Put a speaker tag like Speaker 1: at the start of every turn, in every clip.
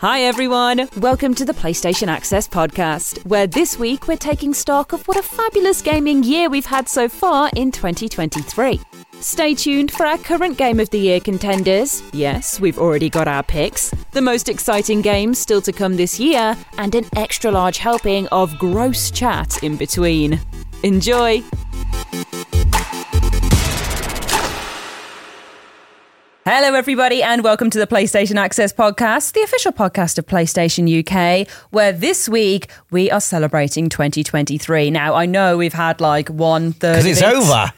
Speaker 1: Hi, everyone. Welcome to the PlayStation Access podcast, where this week we're taking stock of what a fabulous gaming year we've had so far in 2023. Stay tuned for our current Game of the Year contenders. Yes, we've already got our picks. The most exciting games still to come this year, and an extra large helping of gross chat in between. Enjoy! Hello, everybody, and welcome to the PlayStation Access Podcast, the official podcast of PlayStation UK, where this week we are celebrating 2023. Now, I know we've had like one third.
Speaker 2: Because it's
Speaker 1: of it.
Speaker 2: over.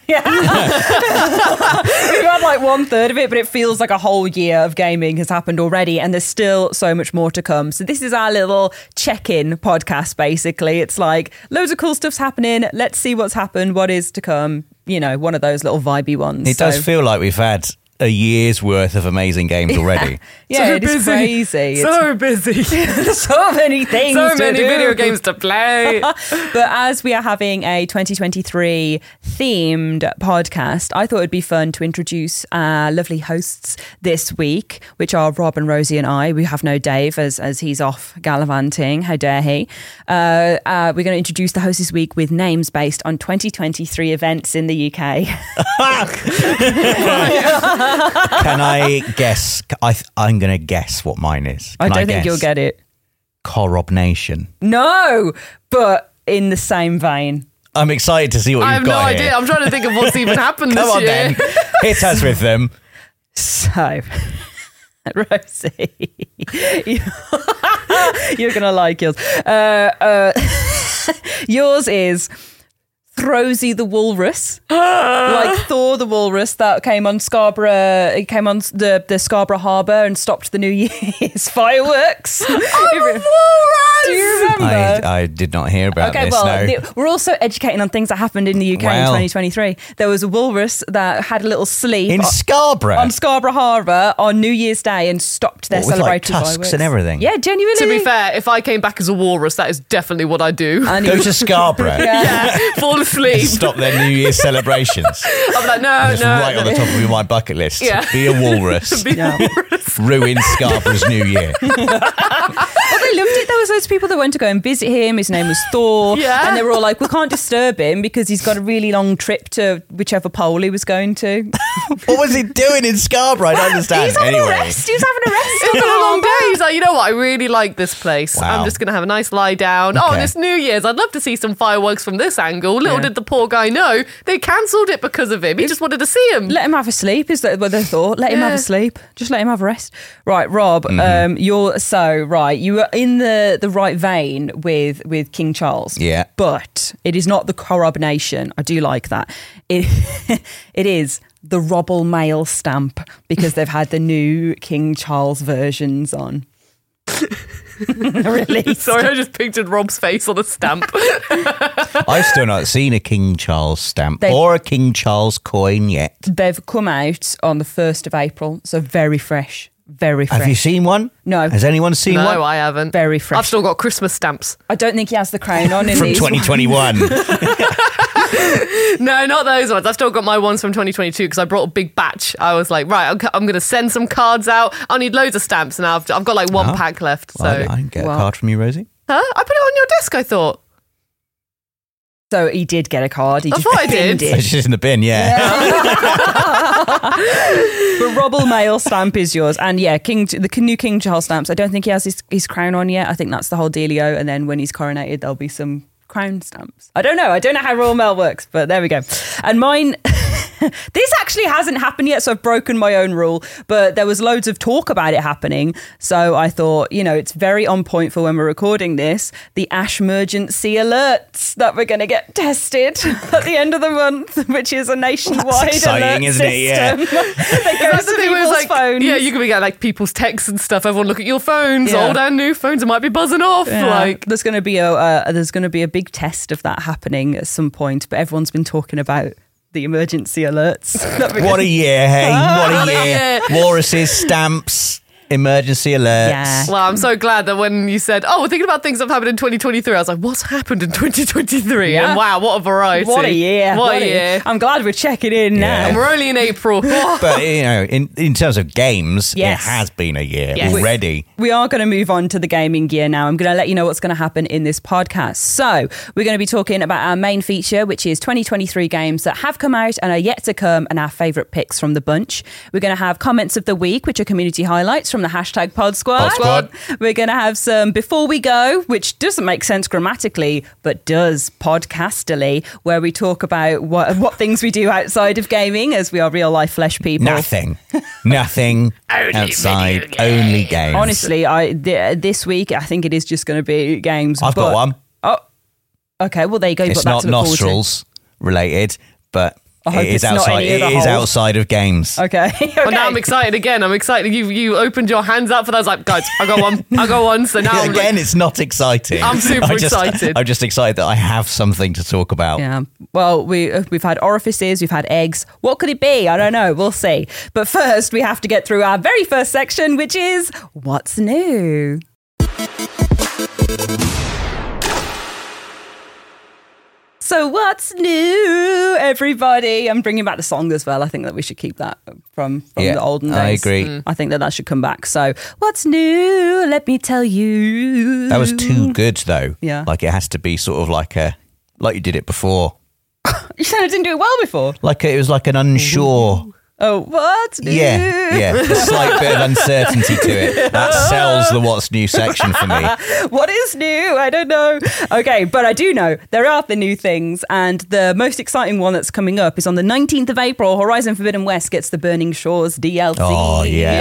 Speaker 1: We've had like one third of it, but it feels like a whole year of gaming has happened already, and there's still so much more to come. So this is our little check-in podcast, basically. It's like loads of cool stuff's happening. Let's see what's happened, what is to come. You know, one of those little vibey ones.
Speaker 2: It does
Speaker 1: So-
Speaker 2: feel like we've had a year's worth of amazing games already.
Speaker 1: yeah,
Speaker 3: so
Speaker 1: it is
Speaker 3: busy.
Speaker 1: crazy. It's-
Speaker 3: So busy. so
Speaker 1: so many things. to
Speaker 3: many
Speaker 1: do.
Speaker 3: video games to play.
Speaker 1: But as we are having a 2023 themed podcast, I thought it'd be fun to introduce our lovely hosts this week, which are Rob and Rosie and I. We have no Dave as, as he's off gallivanting. How dare he? Uh, uh, we're going to introduce the hosts this week with names based on 2023 events in the UK.
Speaker 2: Can I guess? I th- I'm going to guess what mine is.
Speaker 1: I
Speaker 2: Can
Speaker 1: don't think
Speaker 2: guess?
Speaker 1: you'll get it.
Speaker 2: Corrob Nation.
Speaker 1: No, but in the same vein.
Speaker 2: I'm excited to see what
Speaker 3: I
Speaker 2: you've
Speaker 3: have no
Speaker 2: got here.
Speaker 3: idea. I'm trying to think of what's even happened
Speaker 2: Come
Speaker 3: this
Speaker 2: on,
Speaker 3: year.
Speaker 2: then. Hit us with them.
Speaker 1: So, Rosie, you- you're going to like yours. Uh, uh, yours is Throsy the Walrus, like Thor the Walrus that came on Scarborough, it came on the, the Scarborough Harbour and stopped the New Year's fireworks. Do you remember?
Speaker 2: I, I did not hear about
Speaker 1: Okay,
Speaker 2: this.
Speaker 1: well,
Speaker 2: no.
Speaker 1: the- we're also educating on things that happened in the UK in
Speaker 2: Well.
Speaker 1: 2023. There was a walrus that had a little sleep
Speaker 2: In
Speaker 1: on-
Speaker 2: Scarborough.
Speaker 1: on Scarborough Harbour on New Year's Day and stopped their
Speaker 2: What, with, like,
Speaker 1: celebratory
Speaker 2: tusks
Speaker 1: fireworks.
Speaker 2: and everything?
Speaker 1: Yeah, genuinely.
Speaker 3: To be fair, if I came back as a walrus, that is definitely what I do.
Speaker 1: And
Speaker 2: Go
Speaker 1: it-
Speaker 2: to Scarborough.
Speaker 1: yeah.
Speaker 3: yeah, fall
Speaker 2: and
Speaker 3: asleep.
Speaker 2: Stop their New Year's celebrations.
Speaker 3: I'm like, no,
Speaker 2: It's
Speaker 3: no.
Speaker 2: right on
Speaker 3: no.
Speaker 2: the top of my bucket list.
Speaker 3: Yeah.
Speaker 2: Be a walrus.
Speaker 3: Be-
Speaker 1: Yeah.
Speaker 2: Ruin Scarborough's New Year.
Speaker 1: Well, they loved it. There was loads of people that went to go and visit him. His name was Thor,
Speaker 3: Yeah.
Speaker 1: and they were all like, "We can't disturb him because he's got a really long trip to whichever pole he was going to."
Speaker 2: What was he doing in Scarborough? I don't understand.
Speaker 1: he's having
Speaker 2: anyway.
Speaker 1: a rest. He's having a rest.
Speaker 3: It's
Speaker 1: on
Speaker 3: been
Speaker 1: the
Speaker 3: a long
Speaker 1: harbour.
Speaker 3: day. He's like, you know what? I really like this place.
Speaker 2: Wow.
Speaker 3: I'm just going to have a nice lie down. Oh,
Speaker 2: Okay.
Speaker 3: and it's New Year's. I'd love to see some fireworks from this angle. Little
Speaker 1: Yeah.
Speaker 3: did the poor guy know they cancelled it because of him. He just wanted to see him.
Speaker 1: Let him have a sleep. Is that what they thought? Let him have a
Speaker 3: Yeah.
Speaker 1: sleep. Just let him have a rest. Right, Rob.
Speaker 2: Mm-hmm.
Speaker 1: Um, you're so right. You were in the the right vein with with King Charles.
Speaker 2: Yeah.
Speaker 1: but it is not the corroboration. I do like that. It it is the Robble Mail stamp because they've had the new King Charles versions on. Released.
Speaker 3: Sorry, I just pictured Rob's face on a stamp.
Speaker 2: I've still not seen a King Charles stamp
Speaker 1: They-
Speaker 2: or a King Charles coin yet.
Speaker 1: They've come out on the first of April, so very fresh, very fresh.
Speaker 2: Have you seen one?
Speaker 1: No.
Speaker 2: Has anyone seen one?
Speaker 3: no, I haven't.
Speaker 1: Very fresh.
Speaker 3: I've still got Christmas stamps.
Speaker 1: I don't think he has the crown on in
Speaker 2: From
Speaker 1: these
Speaker 2: 2021.
Speaker 3: No, not those ones. I've still got my ones from 2022 because I brought a big batch. I was like, right, I'm, I'm going to send some cards out. I'll need loads of stamps now. I've, I've got like one
Speaker 2: Oh.
Speaker 3: pack left. So,
Speaker 2: Well, I, I didn't get
Speaker 1: Well-
Speaker 2: a card from you, Rosie.
Speaker 3: huh? I put it on your desk. I thought.
Speaker 1: So he did get a card. He
Speaker 3: I
Speaker 1: just
Speaker 3: thought I
Speaker 1: binned
Speaker 3: did.
Speaker 2: It's
Speaker 1: it.
Speaker 2: just in the bin, yeah.
Speaker 1: But Robble Mail stamp is yours, and yeah, King the new King Charles stamps. I don't think he has his, his crown on yet. I think that's the whole dealio. And then when he's coronated, there'll be some crown stamps. I don't know. I don't know how Royal Mail works, but there we go. And mine. This actually hasn't happened yet, so I've broken my own rule. But there was loads of talk about it happening, so I thought, you know, it's very on point for when we're recording this. The ash emergency alerts that we're going to get tested at the end of the month, which is a nationwide
Speaker 2: exciting,
Speaker 1: alert
Speaker 2: isn't it? Yeah.
Speaker 1: system that goes to
Speaker 3: where it's
Speaker 1: people's
Speaker 3: like,
Speaker 1: phones.
Speaker 3: yeah, you can be getting like people's texts and stuff. Everyone look at your phones,
Speaker 1: Yeah.
Speaker 3: old and new phones. It might be buzzing off.
Speaker 1: Yeah.
Speaker 3: Like,
Speaker 1: there's going to be a uh, there's going to be a big test of that happening at some point. But everyone's been talking about the emergency alerts.
Speaker 2: What a year, hey. What
Speaker 3: What
Speaker 2: a
Speaker 3: a
Speaker 2: year. Walruses, stamps. emergency alerts.
Speaker 1: Yeah.
Speaker 3: Well, I'm so glad that when you said, "Oh, we're thinking about things that have happened in 2023," I was like, "What's happened in 2023?"
Speaker 1: Yeah.
Speaker 3: And wow, what a variety!
Speaker 1: What a year.
Speaker 3: What, a year!
Speaker 1: I'm glad we're checking in
Speaker 2: Yeah.
Speaker 1: now.
Speaker 3: And we're only in April. Oh,
Speaker 2: But you know, in in terms of games,
Speaker 1: Yes.
Speaker 2: it has been a year
Speaker 3: Yes.
Speaker 2: already.
Speaker 1: We are going to move on to the gaming gear now. I'm going to let you know what's going to happen in this podcast. So, we're going to be talking about our main feature, which is 2023 games that have come out and are yet to come, and our favourite picks from the bunch. We're going to have comments of the week, which are community highlights from the hashtag Pod Squad.
Speaker 2: Pod Squad.
Speaker 1: We're going to have some Before We Go, which doesn't make sense grammatically, but does podcasterly, where we talk about what, what things we do outside of gaming as we are real life flesh people.
Speaker 2: Nothing, nothing outside, only games.
Speaker 1: Honestly, I th- this week I think it is just going to be games.
Speaker 2: I've
Speaker 1: but-
Speaker 2: got one.
Speaker 1: Okay, well there you go. You've
Speaker 2: It's
Speaker 1: got
Speaker 2: not
Speaker 1: that to look forward to.
Speaker 2: nostrils related, but
Speaker 1: I hope
Speaker 2: it is
Speaker 1: it's not
Speaker 2: outside.
Speaker 1: any of
Speaker 2: It
Speaker 1: the
Speaker 2: is
Speaker 1: holes.
Speaker 2: outside of games.
Speaker 1: Okay. okay.
Speaker 3: Well, now I'm excited again. I'm excited. You you opened your hands up for that. I was like, guys, I got one. I got one. So now
Speaker 1: Oh,
Speaker 3: I'm like,
Speaker 2: Again, it's not exciting.
Speaker 3: I'm super
Speaker 2: I just-
Speaker 3: excited.
Speaker 2: I'm just excited that I have something to talk about.
Speaker 1: Yeah. Well, we uh, we've had orifices, we've had eggs. What could it be? I don't know. We'll see. But first, we have to get through our very first section, which is what's new. So what's new, everybody? I'm bringing back the song as well. I think that we should keep that from, from
Speaker 2: Yeah,
Speaker 1: the olden days.
Speaker 2: I agree.
Speaker 1: I think that that should come back. So what's new? Let me tell you.
Speaker 2: That was too good, though.
Speaker 1: Yeah.
Speaker 2: like it has to be sort of like a like you did it before.
Speaker 1: You said I didn't do it well before.
Speaker 2: Like it was like an unsure.
Speaker 1: Oh, what's new?
Speaker 2: Yeah, yeah. A slight bit of uncertainty to it. That sells the what's new section for me.
Speaker 1: what is new? I don't know. Okay, but I do know there are the new things, and the most exciting one that's coming up is on the 19th of April. Horizon Forbidden West gets the Burning Shores DLC.
Speaker 2: Oh yeah,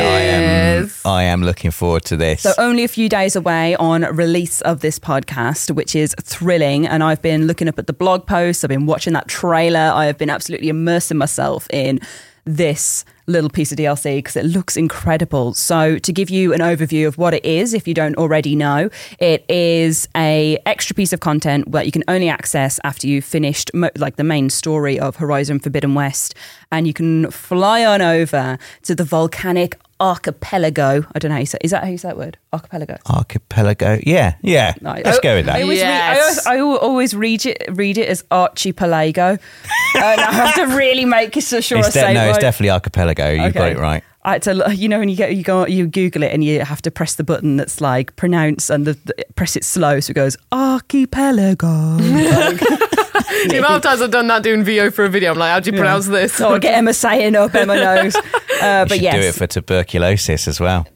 Speaker 3: Yes.
Speaker 2: I am. I am looking forward to this.
Speaker 1: So uh, only a few days away on release of this podcast, which is thrilling. And I've been looking up at the blog posts. I've been watching that trailer. I have been absolutely immersing myself in this little piece of DLC because it looks incredible. So to give you an overview of what it is, if you don't already know, it is a extra piece of content that you can only access after you've finished mo- like the main story of Horizon Forbidden West, and you can fly on over to the volcanic archipelago. I don't know how you say. Is that how you say that word? Archipelago.
Speaker 2: Archipelago. Yeah, yeah.
Speaker 1: I-
Speaker 2: Let's go with
Speaker 1: I
Speaker 2: that.
Speaker 1: always, read, I always,
Speaker 3: Yes.
Speaker 1: I al- always read it read it as archipelago, and I have to really make so sure I
Speaker 2: It's de-
Speaker 1: say it
Speaker 2: no, it's
Speaker 1: right.
Speaker 2: definitely archipelago. You got
Speaker 1: Okay.
Speaker 2: it right.
Speaker 1: I had to, l- you know, when you get you go you Google it and you have to press the button that's like pronounce and the, the- press it slow, so it goes archipelago.
Speaker 3: the amount of times I've done that doing VO for a video, I'm like, how do you pronounce this?
Speaker 1: so I get Emma saying up, Emma knows. Uh,
Speaker 2: You
Speaker 1: but
Speaker 2: should
Speaker 1: yes,
Speaker 2: do it for tuberculosis as well.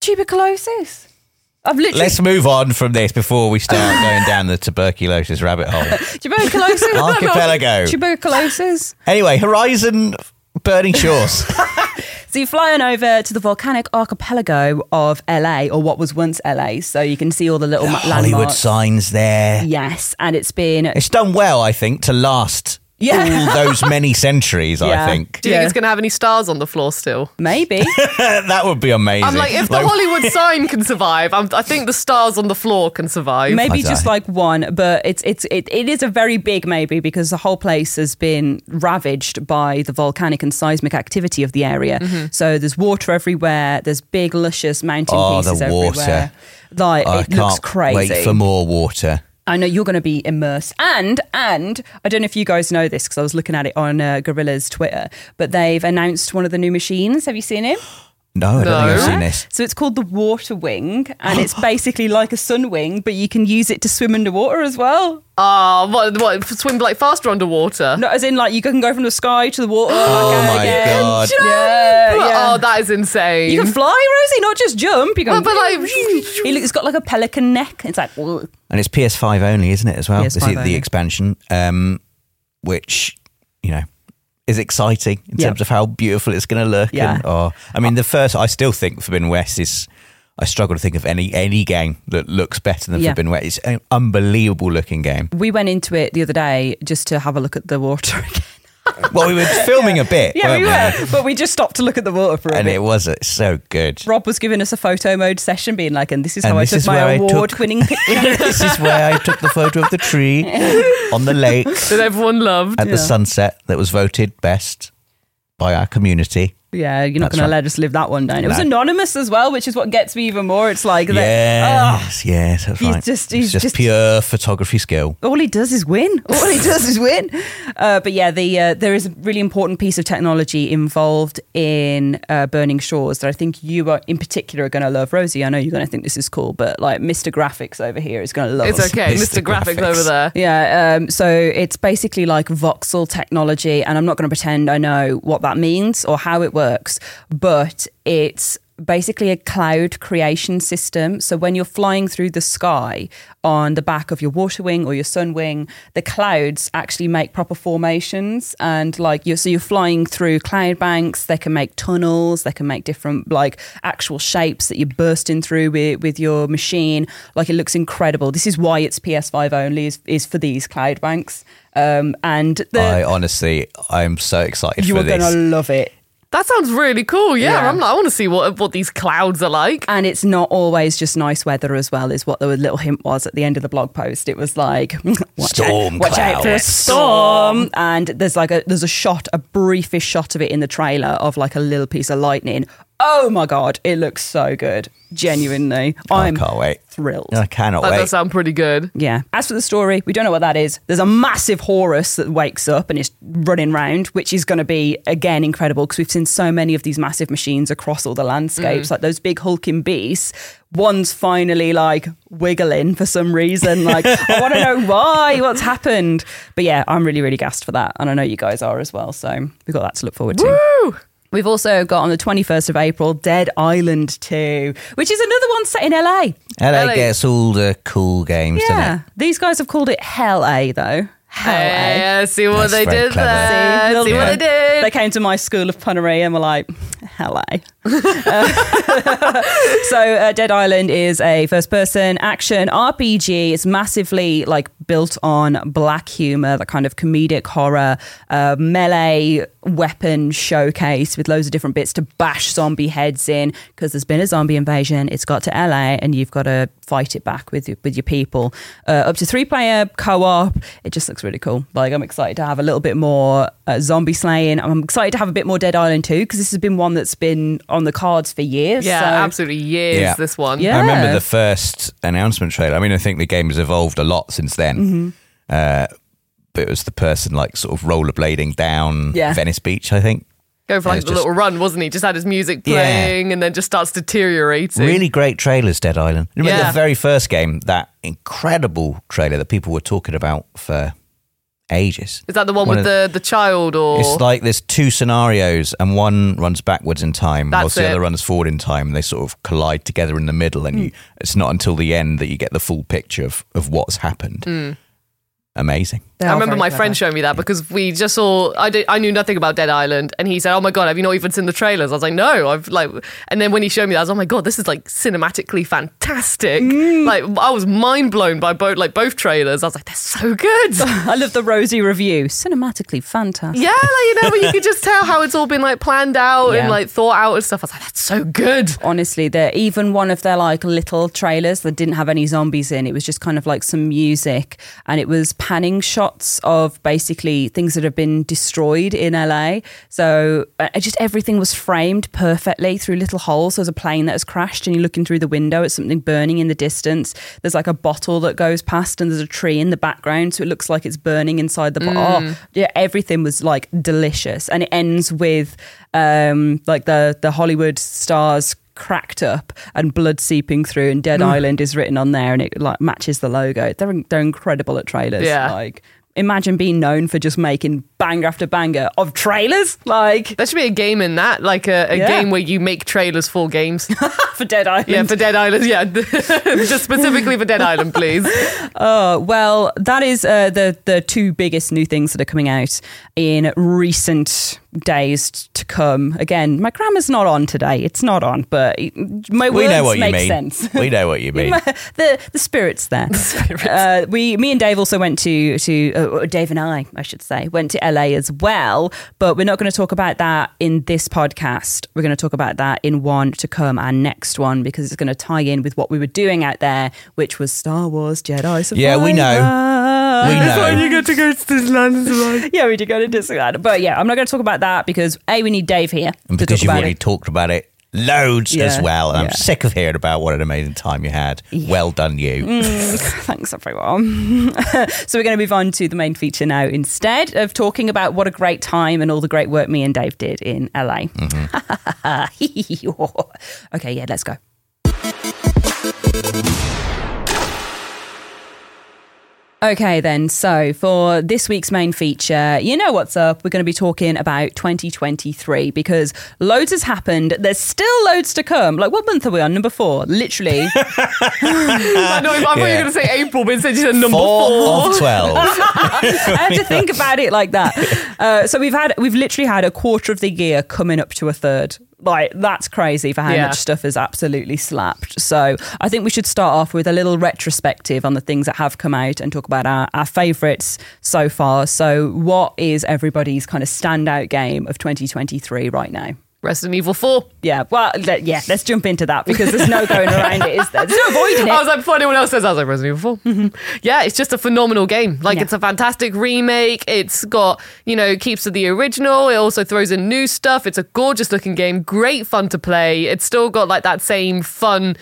Speaker 1: tuberculosis. I've literally
Speaker 2: Let's move on from this before we start going down the tuberculosis rabbit hole.
Speaker 1: tuberculosis.
Speaker 2: Archipelago.
Speaker 1: Tuberculosis.
Speaker 2: Anyway, Horizon Burning Shores.
Speaker 1: So you fly on over to the volcanic archipelago of LA, or what was once LA, so you can see all the little ma-
Speaker 2: Hollywood
Speaker 1: landmarks.
Speaker 2: signs there.
Speaker 1: Yes, and it's been
Speaker 2: It's done well, I think, to last
Speaker 1: Yeah.
Speaker 2: all those many centuries,
Speaker 1: Yeah.
Speaker 2: I think.
Speaker 3: Do you
Speaker 1: Yeah.
Speaker 3: think it's going to have any stars on the floor still?
Speaker 1: maybe.
Speaker 2: that would be amazing.
Speaker 3: I'm like, if the Hollywood sign can survive, I'm, I think the stars on the floor can survive.
Speaker 1: Maybe
Speaker 2: I
Speaker 1: just
Speaker 2: die.
Speaker 1: like one, but it's it's it, it is a very big maybe because the whole place has been ravaged by the volcanic and seismic activity of the area.
Speaker 2: Mm-hmm.
Speaker 1: So there's water everywhere. There's big luscious mountain
Speaker 2: Oh, the
Speaker 1: pieces
Speaker 2: water.
Speaker 1: everywhere. Like
Speaker 2: I
Speaker 1: it
Speaker 2: can't
Speaker 1: looks crazy.
Speaker 2: wait for more water.
Speaker 1: I know you're going to be immersed. And and I don't know if you guys know this because I was looking at it on uh, Gorilla's Twitter, but they've announced one of the new machines. Have you seen him?
Speaker 2: No, I don't think
Speaker 3: No.
Speaker 2: I've seen this.
Speaker 1: So it's called the Water Wing, and it's basically like a sun wing, but you can use it to swim underwater as well.
Speaker 3: Ah, what, what, swim like faster underwater?
Speaker 1: No, as in like you can go from the sky to the water.
Speaker 2: Oh
Speaker 1: back out
Speaker 2: my
Speaker 1: again.
Speaker 2: god.
Speaker 1: Yeah, yeah.
Speaker 3: Oh, that is insane.
Speaker 1: you can fly, Rosie, not just jump. You can.
Speaker 3: But- but like-
Speaker 1: he looks, it's got like a pelican neck. It's like "Whoa."
Speaker 2: And it's PS5 only, isn't it, as well?
Speaker 1: PS5
Speaker 2: This is the
Speaker 1: only.
Speaker 2: expansion, um, which, you know, is exciting in
Speaker 1: Yeah.
Speaker 2: terms of how beautiful it's going to look.
Speaker 1: Yeah.
Speaker 2: And, oh, I mean, the first, I still think Forbidden West is, I struggle to think of any any game that looks better than
Speaker 1: Yeah.
Speaker 2: Forbidden West. It's an unbelievable looking game.
Speaker 1: we went into it the other day just to have a look at the water again.
Speaker 2: Well, we were filming a bit,
Speaker 1: Yeah,
Speaker 2: weren't
Speaker 1: we were, but we just stopped to look at the water for a
Speaker 2: And
Speaker 1: bit.
Speaker 2: it was it's so good.
Speaker 1: Rob was giving us a photo mode session, being like, "And this is
Speaker 2: And
Speaker 1: how I
Speaker 2: this
Speaker 1: took
Speaker 2: is where
Speaker 1: my
Speaker 2: I took-
Speaker 1: award-winning picture."
Speaker 2: this is where I took the photo of the tree on the lake
Speaker 3: that everyone loved.
Speaker 2: at the sunset that was voted best by our community.
Speaker 1: Yeah, you're not
Speaker 2: That's
Speaker 1: going to
Speaker 2: right.
Speaker 1: let us live that one down. It was
Speaker 2: No.
Speaker 1: anonymous as well, which is what gets me even more. It's like, Ah, that,
Speaker 2: Yes, yes, that's
Speaker 1: He's
Speaker 2: right.
Speaker 1: just-
Speaker 2: It's
Speaker 1: he's
Speaker 2: just,
Speaker 1: just-
Speaker 2: pure photography skill.
Speaker 1: ugh, all he does is win. All he does is win. Uh, but yeah, the uh, there is a really important piece of technology involved in uh, Burning Shores that I think you are, in particular are going to love. Rosie, I know you're going to think this is cool, but like Mr. Graphics over here is going to love
Speaker 3: It's
Speaker 1: us.
Speaker 3: okay.
Speaker 2: It's
Speaker 3: Mr.
Speaker 2: the
Speaker 3: Graphics,
Speaker 2: graphics.
Speaker 3: over there.
Speaker 1: Yeah, um, so it's basically like voxel technology, and I'm not going to pretend I know what that means or how it works, but it's basically a cloud creation system. So when you're flying through the sky on the back of your water wing or your sun wing, the clouds actually make proper formations, and like you're so you're flying through cloud banks. They can make tunnels. They can make different like actual shapes that you're bursting through with with your machine. Like it looks incredible. This is why it's PS5 only is, is for these cloud banks. Um, and the,
Speaker 2: I honestly, I'm so excited
Speaker 1: you
Speaker 2: for
Speaker 1: are going to
Speaker 2: this.
Speaker 1: love it.
Speaker 3: That sounds really cool. Yeah,
Speaker 1: Yeah.
Speaker 3: I'm like, I want to see what what these clouds are like.
Speaker 1: And it's not always just nice weather as well, is what the little hint was at the end of the blog post. It was like watch
Speaker 2: Storm
Speaker 1: out, watch out for a
Speaker 2: clouds.
Speaker 1: storm. And there's like a there's a shot, a briefest shot of it in the trailer of like a little piece of lightning. Oh my god, it looks so good. Genuinely, I'm
Speaker 2: I can't wait.
Speaker 1: thrilled.
Speaker 2: I cannot
Speaker 3: That
Speaker 2: wait.
Speaker 3: does sound pretty good.
Speaker 1: Yeah. As for the story, we don't know what that is. There's a massive Horus that wakes up and is running round, which is going to be, again, incredible because we've seen so many of these massive machines across all the landscapes, like those big hulking beasts. One's finally like wiggling for some reason. Like, I want to know why, what's happened. But yeah, I'm really, really gassed for that. And I know you guys are as well. So we've got that to look forward to. We've also got on the 21st of April, Dead Island 2, which is another one set in LA.
Speaker 2: LA,
Speaker 3: LA.
Speaker 2: gets all the cool games,
Speaker 1: Yeah.
Speaker 2: doesn't it?
Speaker 1: These guys have called it Hell A, though. Hell A.
Speaker 3: Yeah, see what
Speaker 2: Oh, That's
Speaker 3: they
Speaker 2: very
Speaker 3: did
Speaker 2: clever.
Speaker 3: there. See,
Speaker 1: Little
Speaker 3: what
Speaker 1: bit.
Speaker 3: they did.
Speaker 1: They came to my school of punnery and were like, hello. so, uh, Dead Island is a first person action RPG. It's massively like built on black humor, that kind of comedic horror, uh, melee weapon showcase with loads of different bits to bash zombie heads in because there's been a zombie invasion. It's got to LA and you've got to fight it back with your, with your people. Uh, up to three player co op. It just looks really cool. Like, I'm excited to have a little bit more uh, zombie slaying. I'm excited to have a bit more Dead Island too because this has been one that's been on the cards for years.
Speaker 3: yeah,
Speaker 1: so-
Speaker 3: absolutely. Years,
Speaker 2: Yeah.
Speaker 3: this one.
Speaker 1: Yeah.
Speaker 2: I remember the first announcement trailer. I mean, I think the game has evolved a lot since then.
Speaker 1: Mm-hmm.
Speaker 2: Uh, but it was the person like sort of rollerblading down
Speaker 1: Yeah.
Speaker 2: Venice Beach, I think.
Speaker 3: Go for
Speaker 2: It
Speaker 3: like
Speaker 2: was
Speaker 3: the
Speaker 2: just-
Speaker 3: little run, wasn't he? Just had his music
Speaker 2: Yeah.
Speaker 3: playing and then just starts deteriorating.
Speaker 2: Really great trailers, Dead Island. Remember
Speaker 3: Yeah.
Speaker 2: the very first game, that incredible trailer that people were talking about for ages.
Speaker 3: Is that the one,
Speaker 2: One
Speaker 3: with
Speaker 2: of
Speaker 3: the, the child or?
Speaker 2: It's like there's two scenarios, and one runs backwards in time,
Speaker 3: That's
Speaker 2: whilst the
Speaker 3: it.
Speaker 2: other runs forward in time. They sort of collide together in the middle, and
Speaker 1: Hmm.
Speaker 2: you, it's not until the end that you get the full picture of, of what's happened.
Speaker 1: Hmm.
Speaker 2: Amazing.
Speaker 1: They
Speaker 3: I
Speaker 1: are
Speaker 3: remember
Speaker 1: very
Speaker 3: my
Speaker 1: clever.
Speaker 3: friend showing me that because we just saw. I did, I knew nothing about Dead Island, and he said, "Oh my god, have you not even seen the trailers?" I was like, "No, I've like." And then when he showed me that, I was, "Oh my god, this is like cinematically fantastic!"
Speaker 1: Mm.
Speaker 3: Like I was mind blown by both like both trailers. I was like, "They're so good." yeah,
Speaker 1: I love the rosy review. Cinematically fantastic.
Speaker 3: like you know, when you could just tell how it's all been like planned out
Speaker 1: Yeah.
Speaker 3: and like thought out and stuff. I was like, "That's so good."
Speaker 1: Honestly, they're even one of their like little trailers that didn't have any zombies in. It was just kind of like some music, and it was panning shots of basically things that have been destroyed in LA. So uh, just everything was framed perfectly through little holes. So there's a plane that has crashed, and you're looking through the window at something burning in the distance. There's like a bottle that goes past, and there's a tree in the background, so it looks like it's burning inside the bottle. Oh, yeah, everything was like delicious, and it ends with um, like the the Hollywood stars cracked up and blood seeping through, and
Speaker 2: Mm.
Speaker 1: Dead Island is written on there, and it like matches the logo. They're in- they're incredible at trailers.
Speaker 3: Yeah.
Speaker 1: Like imagine being known for just making banger after banger of trailers, like
Speaker 3: There should be a game in that, like a, a
Speaker 1: Yeah.
Speaker 3: game where you make trailers for games.
Speaker 1: for Dead Island.
Speaker 3: yeah, for Dead Island. Yeah, just specifically for Dead Island, please.
Speaker 1: Uh, well, that is uh, the the two biggest new things that are coming out in recent days t- to come. Again, my grammar's not on today; it's not on, but it- my
Speaker 2: We
Speaker 1: words
Speaker 2: know what you
Speaker 1: make
Speaker 2: mean.
Speaker 1: sense.
Speaker 2: We know what you mean.
Speaker 1: the the spirit's there. Uh, we, me and Dave also went to to uh, Dave and I, I should say, went to LA as well. But we're not going to talk about that in this podcast. We're going to talk about that in one to come, our next one, because it's going to tie in with what we were doing out there, which was Star Wars Jedi Survivor.
Speaker 2: Yeah, we know. We know.
Speaker 3: you get to go to Disneyland.
Speaker 1: Yeah, we did go to Disneyland. But yeah, I'm not going to talk about that because A, we need Dave here.
Speaker 2: And
Speaker 1: to
Speaker 2: because
Speaker 1: talk
Speaker 2: you've
Speaker 1: about
Speaker 2: already
Speaker 1: it.
Speaker 2: talked about it loads
Speaker 1: Yeah,
Speaker 2: as well. And
Speaker 1: yeah.
Speaker 2: I'm sick of hearing about what an amazing time you had. Well done, you.
Speaker 1: Mm. Thanks, everyone. so we're going to move on to the main feature now instead of talking about what a great time and all the great work me and Dave did in LA. okay, yeah, let's go. Okay, then. So for this week's main feature, you know what's up. We're going to be talking about 2023 because loads has happened. There's still loads to come. Like, what month are we on? Number four. Literally.
Speaker 3: I know. I thought you
Speaker 2: Yeah.
Speaker 3: were going to say April, but instead you said number
Speaker 2: Four
Speaker 3: four.
Speaker 2: of 12.
Speaker 1: I had to think about it like that. Uh, so we've had we've literally had a quarter of the year coming up to a third. Like that's crazy for how
Speaker 3: Yeah.
Speaker 1: much stuff is absolutely slapped. So I think we should start off with a little retrospective on the things that have come out and talk about our, our favourites so far. So what is everybody's kind of standout game of 2023 right now?
Speaker 3: Resident Evil 4.
Speaker 1: Yeah, well, let, yeah, let's jump into that because there's no going around it, is there? There's no avoiding it. Mm-hmm.
Speaker 3: I was like, before anyone else says, I was like, Resident Evil 4. Yeah, it's just a phenomenal game. Like,
Speaker 1: Yeah.
Speaker 3: it's a fantastic remake. It's got, you know, keeps to the original. It also throws in new stuff. It's a gorgeous looking game. Great fun to play. It's still got, like, that same fun,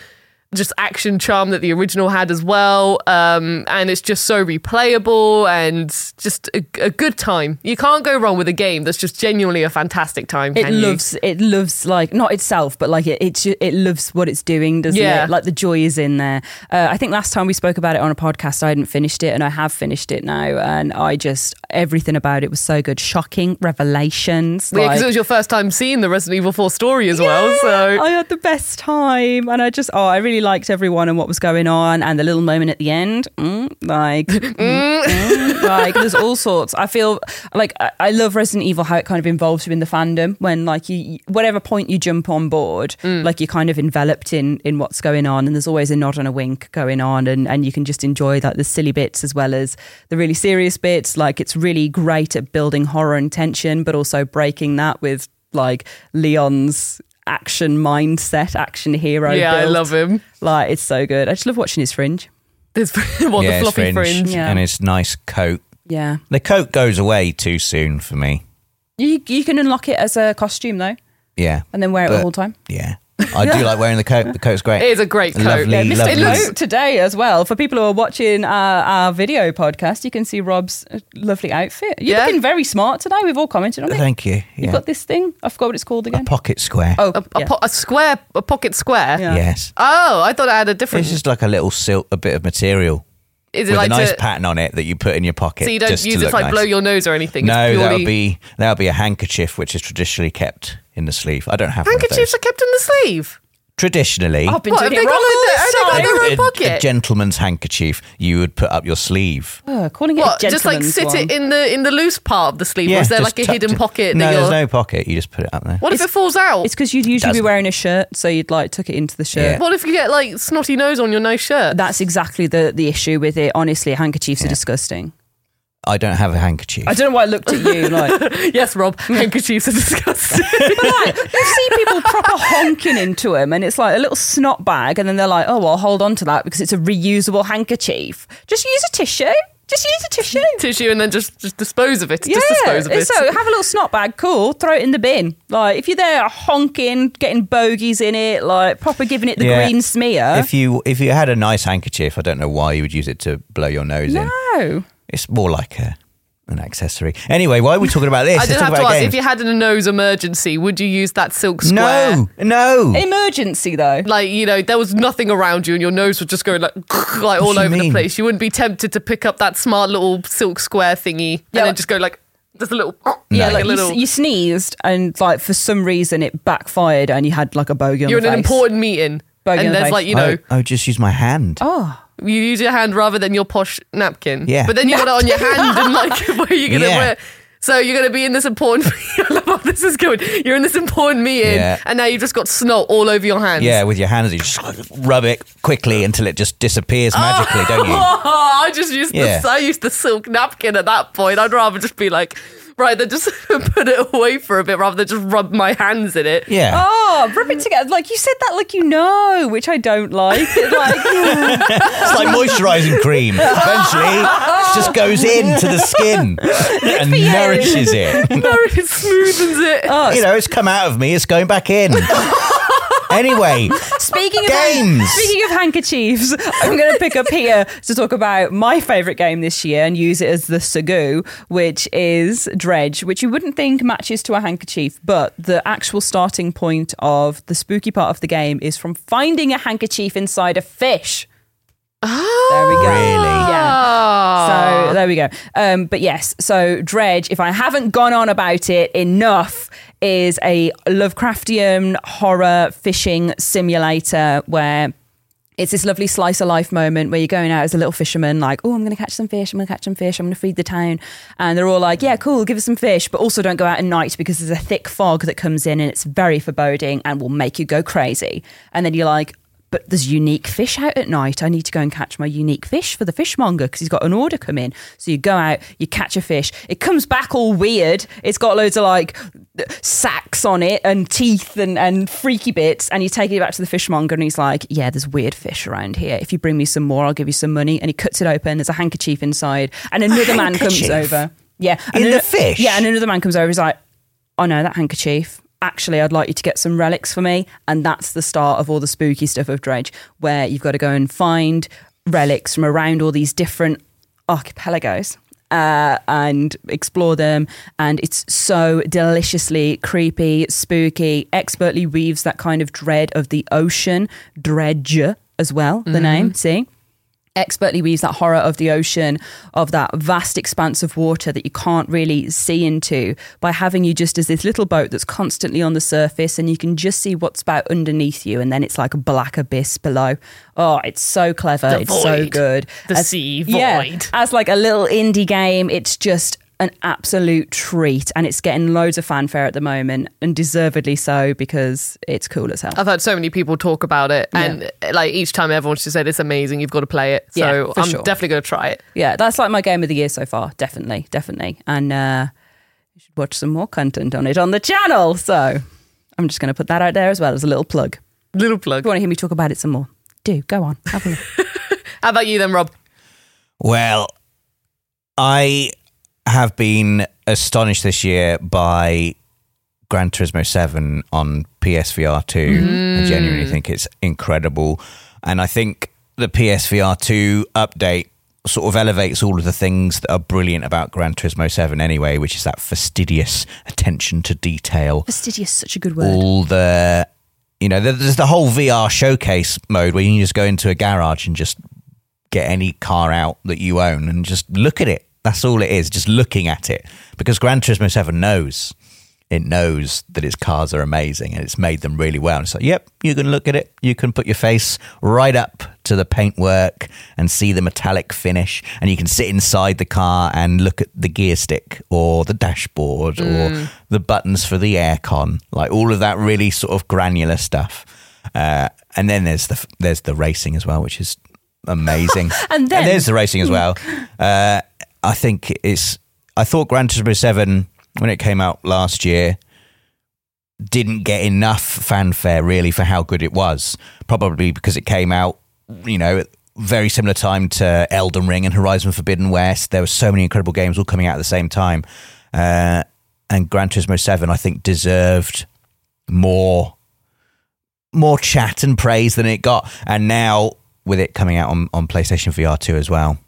Speaker 3: just action charm that the original had as well. Um, and it's just so replayable and just a, a good time. You can't go wrong with a game that's just genuinely a fantastic time.
Speaker 1: It
Speaker 3: can you?
Speaker 1: loves it loves like not itself, but like it it, ju- it loves what it's doing, doesn't
Speaker 3: Yeah.
Speaker 1: it? Like the joy is in there. Uh, I think last time we spoke about it on a podcast, I hadn't finished it, and I have finished it now, and I just everything about it was so good, shocking revelations.
Speaker 3: Yeah, because
Speaker 1: like-
Speaker 3: it was your first time seeing the Resident Evil 4 story as well. So
Speaker 1: I had the best time, and I just oh, I really liked everyone and what was going on, and the little moment at the end, mm, like, mm, mm, like there's all sorts. I feel like I, I love Resident Evil how it kind of involves you in the fandom when like you whatever point you jump on board,
Speaker 3: Mm.
Speaker 1: like you're kind of enveloped in in what's going on, and there's always a nod and a wink going on, and and you can just enjoy that the silly bits as well as the really serious bits. Like it's really great at building horror and tension, but also breaking that with like Leon's action mindset, action hero.
Speaker 3: yeah, I
Speaker 1: build.
Speaker 3: love him.
Speaker 1: Like it's so good. I just love watching his fringe.
Speaker 3: There's well,
Speaker 2: yeah,
Speaker 3: the
Speaker 2: it's
Speaker 3: floppy fringe.
Speaker 1: Yeah.
Speaker 2: And it's nice coat.
Speaker 1: Yeah,
Speaker 2: The coat goes away too soon for me.
Speaker 1: you you can unlock it as a costume though,
Speaker 2: Yeah.
Speaker 1: and then wear it
Speaker 2: But-
Speaker 1: the whole time.
Speaker 2: Yeah. I do like wearing the coat. The coat's great.
Speaker 3: It is a great coat.
Speaker 2: Lovely,
Speaker 3: Yeah,
Speaker 1: Mr.
Speaker 2: lovely.
Speaker 3: It looks-
Speaker 1: Coat today as well. For people who are watching our, our video podcast, you can see Rob's uh, lovely outfit. You're
Speaker 3: Yeah.
Speaker 1: looking very smart today. We've all commented on it.
Speaker 2: Thank you.
Speaker 1: You've
Speaker 2: Yeah.
Speaker 1: got this thing. I forgot what it's called again.
Speaker 2: Pocket square.
Speaker 1: oh,
Speaker 3: A, a
Speaker 1: yeah.
Speaker 3: po- a square, a pocket square.
Speaker 1: Yeah.
Speaker 2: Yes.
Speaker 3: Oh, I thought I had a different.
Speaker 2: It's just like a little silk, a bit of material
Speaker 3: is it
Speaker 2: with
Speaker 3: like
Speaker 2: a nice
Speaker 3: to,
Speaker 2: pattern on it that you put in your pocket.
Speaker 3: so you don't
Speaker 2: just
Speaker 3: use
Speaker 2: to
Speaker 3: it to
Speaker 2: look
Speaker 3: like
Speaker 2: nice.
Speaker 3: blow your nose or anything?
Speaker 2: No,
Speaker 3: it's
Speaker 2: that
Speaker 3: purely-
Speaker 2: would be that would be a handkerchief, which is traditionally kept in the sleeve. I don't have One of
Speaker 3: handkerchiefs
Speaker 2: those.
Speaker 3: are kept in the sleeve.
Speaker 2: Traditionally,
Speaker 1: I've been
Speaker 3: What,
Speaker 1: doing
Speaker 3: have
Speaker 1: it
Speaker 3: they got
Speaker 1: wrong all
Speaker 3: like
Speaker 1: this
Speaker 3: the- have they
Speaker 1: time.
Speaker 3: got their own
Speaker 2: a, a-
Speaker 3: pocket?
Speaker 2: a gentleman's handkerchief you would put up your sleeve.
Speaker 1: Uh, calling it
Speaker 3: What?
Speaker 1: a
Speaker 3: Just like
Speaker 1: gentleman's
Speaker 3: sit
Speaker 1: one.
Speaker 3: it in the in the loose part of the sleeve, or is there
Speaker 2: just
Speaker 3: like a
Speaker 2: tucked
Speaker 3: hidden
Speaker 2: in-
Speaker 3: pocket?
Speaker 2: No,
Speaker 3: that
Speaker 2: there's
Speaker 3: you're,
Speaker 2: no pocket. You just put it up there.
Speaker 3: What if it falls out?
Speaker 1: It's because you'd usually be
Speaker 2: Doesn't.
Speaker 1: wearing a shirt, so you'd like tuck it into the shirt.
Speaker 2: Yeah.
Speaker 3: What if you get like snotty nose on your nice shirt?
Speaker 1: That's exactly the, the issue with it. Honestly, handkerchiefs are disgusting.
Speaker 2: I don't have a handkerchief.
Speaker 1: I don't know why I looked at you like.
Speaker 3: yes, Rob. handkerchiefs are disgusting.
Speaker 1: You see people proper honking into them, and it's like a little snot bag, and then they're like, "Oh well, hold on to that because it's a reusable handkerchief. Just use a tissue. Just use a tissue.
Speaker 3: Tissue and then just just dispose of it.
Speaker 1: Yeah.
Speaker 3: Just dispose of it.
Speaker 1: So have a little snot bag. Cool. Throw it in the bin. Like if you're there honking, getting bogies in it, like proper giving it the
Speaker 2: Yeah.
Speaker 1: green smear.
Speaker 2: If you if you had a nice handkerchief, I don't know why you would use it to blow your nose in.
Speaker 1: no.
Speaker 2: It's more like a an accessory. Anyway, why are we talking about this?
Speaker 3: I
Speaker 2: Let's
Speaker 3: did
Speaker 2: talk
Speaker 3: have to
Speaker 2: about
Speaker 3: ask
Speaker 2: games.
Speaker 3: if you had a nose emergency, would you use that silk square?
Speaker 2: no, no.
Speaker 1: Emergency though.
Speaker 3: Like you know, there was nothing around you, and your nose would just go like like all
Speaker 2: do you
Speaker 3: over the
Speaker 2: mean?
Speaker 3: place. You wouldn't be tempted to pick up that smart little silk square thingy
Speaker 1: Yeah.
Speaker 3: and then just go like just a little
Speaker 1: Yeah, like
Speaker 3: like, a
Speaker 1: you, s-
Speaker 3: little.
Speaker 1: you sneezed and like for some reason it backfired and you had like a bogey on
Speaker 3: You're
Speaker 1: the
Speaker 3: in an
Speaker 1: face.
Speaker 3: important meeting,
Speaker 1: Bogey on
Speaker 3: and
Speaker 1: the
Speaker 3: there's
Speaker 1: face.
Speaker 3: like you know.
Speaker 2: I, I would just use my hand.
Speaker 1: Oh,
Speaker 3: You use your hand rather than your posh napkin.
Speaker 2: Yeah.
Speaker 3: But then you got it on your hand and like where you're gonna
Speaker 2: Yeah.
Speaker 3: wear so you're gonna be in this important I love how this is going. You're in this important meeting
Speaker 2: Yeah.
Speaker 3: and now you've just got snot all over your hands.
Speaker 2: Yeah, with your hands, you just rub it quickly until it just disappears magically, don't you?
Speaker 3: Oh, I just used
Speaker 2: Yeah.
Speaker 3: the I used the silk napkin at that point. I'd rather just be like right, then just put it away for a bit rather than just rub my hands in it.
Speaker 2: Yeah.
Speaker 1: Oh, rub it together. Like you said that, like you know, which I don't like. It's Like,
Speaker 2: It's like moisturizing cream. Eventually, it just goes into the skin and nourishes it.
Speaker 3: No, it smoothens it.
Speaker 2: You know, it's come out of me, it's going back in. Anyway,
Speaker 1: speaking of
Speaker 2: Games.
Speaker 1: speaking of handkerchiefs, I'm going to pick up here to talk about my favorite game this year and use it as the sagu, which is dredge, which you wouldn't think matches to a handkerchief, but the actual starting point of the spooky part of the game is from finding a handkerchief inside a fish. There we go.
Speaker 2: Oh. Really?
Speaker 1: Yeah.
Speaker 3: Ah.
Speaker 1: So there we go. Um, but yes, so Dredge, if I haven't gone on about it enough, is a Lovecraftian horror fishing simulator where it's this lovely slice of life moment where you're going out as a little fisherman, like, oh, I'm going to catch some fish, I'm going to catch some fish, I'm going to feed the town. And they're all like, yeah, cool, give us some fish. But also don't go out at night because there's a thick fog that comes in and it's very foreboding and will make you go crazy. And then you're like, but there's unique fish out at night. I need to go and catch my unique fish for the fishmonger because he's got an order come in. So you go out, you catch a fish. It comes back all weird. It's got loads of like sacks on it and teeth and, and freaky bits. And you take it back to the fishmonger and he's like, Yeah, there's weird fish around here. If you bring me some more, I'll give you some money. And he cuts it open. There's a handkerchief inside. And another man comes
Speaker 2: handkerchief?
Speaker 1: over. Yeah. And
Speaker 2: In the
Speaker 1: ano-
Speaker 2: fish?
Speaker 1: Yeah. And another man comes over. He's like, oh no, that handkerchief. Actually, I'd like you to get some relics for me. And that's the start of all the spooky stuff of Dredge, where you've got to go and find relics from around all these different archipelagos uh, and explore them. And it's so deliciously creepy, spooky, expertly weaves that kind of dread of the ocean, Dredge as well,
Speaker 2: Mm-hmm.
Speaker 1: the name, see? expertly weaves that horror of the ocean, of that vast expanse of water that you can't really see into by having you just as this little boat that's constantly on the surface and you can just see what's about underneath you and then it's like a black abyss below. Oh, it's so clever.
Speaker 3: The
Speaker 1: it's so
Speaker 3: void.
Speaker 1: good.
Speaker 3: The sea
Speaker 1: Yeah,
Speaker 3: void.
Speaker 1: as like a little indie game, it's just an absolute treat and it's getting loads of fanfare at the moment and deservedly so because it's cool as hell.
Speaker 3: I've heard so many people talk about it, and like each time everyone's just said it's amazing. You've got to play it. So
Speaker 1: Yeah, for
Speaker 3: I'm
Speaker 1: sure.
Speaker 3: definitely going to try it.
Speaker 1: yeah, that's like my game of the year so far. Definitely, definitely. And uh, you should watch some more content on it on the channel. So I'm just going to put that out there as well as a little plug. If
Speaker 3: Little plug.
Speaker 1: you want to hear me talk about it some more, do go on. Have a look.
Speaker 3: How about you then, Rob?
Speaker 2: well, I have been astonished this year by Gran Turismo 7 on PSVR 2. I genuinely think it's incredible. And I think the PSVR 2 update sort of elevates all of the things that are brilliant about Gran Turismo 7 anyway, which is that fastidious attention to detail.
Speaker 1: Fastidious, such a good word.
Speaker 2: all the you know there- there's the whole VR showcase mode where you can just go into a garage and just get any car out that you own and just look at it that's all it is just looking at it because Gran Turismo 7 knows it knows that its cars are amazing and it's made them really well. And it's like, yep, you can look at it. You can put your face right up to the paintwork and see the metallic finish. And you can sit inside the car and look at the gear stick or the dashboard or the buttons for the aircon, like all of that really sort of granular stuff. Uh, and then there's the there's the racing as well, which is amazing.
Speaker 1: And then-
Speaker 2: there's the racing as well. Uh, I think it's. I thought Gran Turismo Seven when it came out last year didn't get enough fanfare really for how good it was. Probably because it came out, you know, at very similar time to Elden Ring and Horizon Forbidden West. There were so many incredible games all coming out at the same time, uh, and Gran Turismo Seven I think deserved more more chat and praise than it got. And now with it coming out on, on PlayStation VR two as well,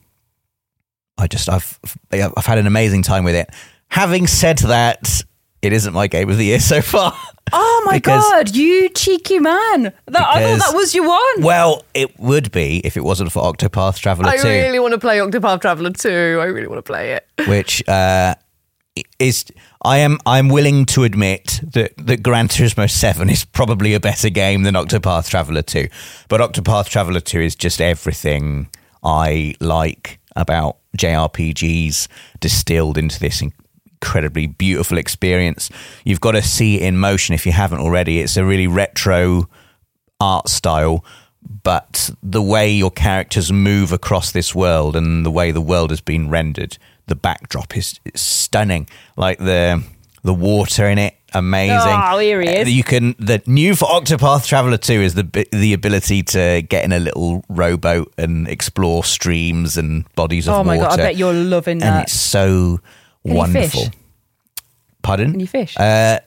Speaker 2: I just I've I've had an amazing time with it. Having said that, it isn't my game of the year so far.
Speaker 1: oh my
Speaker 2: because-
Speaker 1: god, you cheeky man! That, I
Speaker 2: Because-
Speaker 1: thought that was your one.
Speaker 2: Well, it would be if it wasn't for Octopath Traveler
Speaker 3: I
Speaker 2: two,
Speaker 3: really want to play Octopath Traveler 2. I really want to play it.
Speaker 2: which uh, is I am I'm willing to admit that that Gran Turismo Seven is probably a better game than Octopath Traveler two, but Octopath Traveler two is just everything I like about JRPGs distilled into this. in- Incredibly beautiful experience. You've got to see it in motion if you haven't already. It's a really retro art style, but the way your characters move across this world and the way the world has been rendered, the backdrop is stunning. Like the the water in it, amazing. Uh,
Speaker 1: Oh, here he is.
Speaker 2: You can the new for Octopath Traveler Two is the bi- the ability to get in a little rowboat and explore streams and bodies of
Speaker 1: Oh
Speaker 2: water.
Speaker 1: my god! I bet you're loving
Speaker 2: and
Speaker 1: that.
Speaker 2: it's so
Speaker 1: Can you fish?
Speaker 2: wonderful. Pardon?
Speaker 1: Can you fish?
Speaker 2: Uh,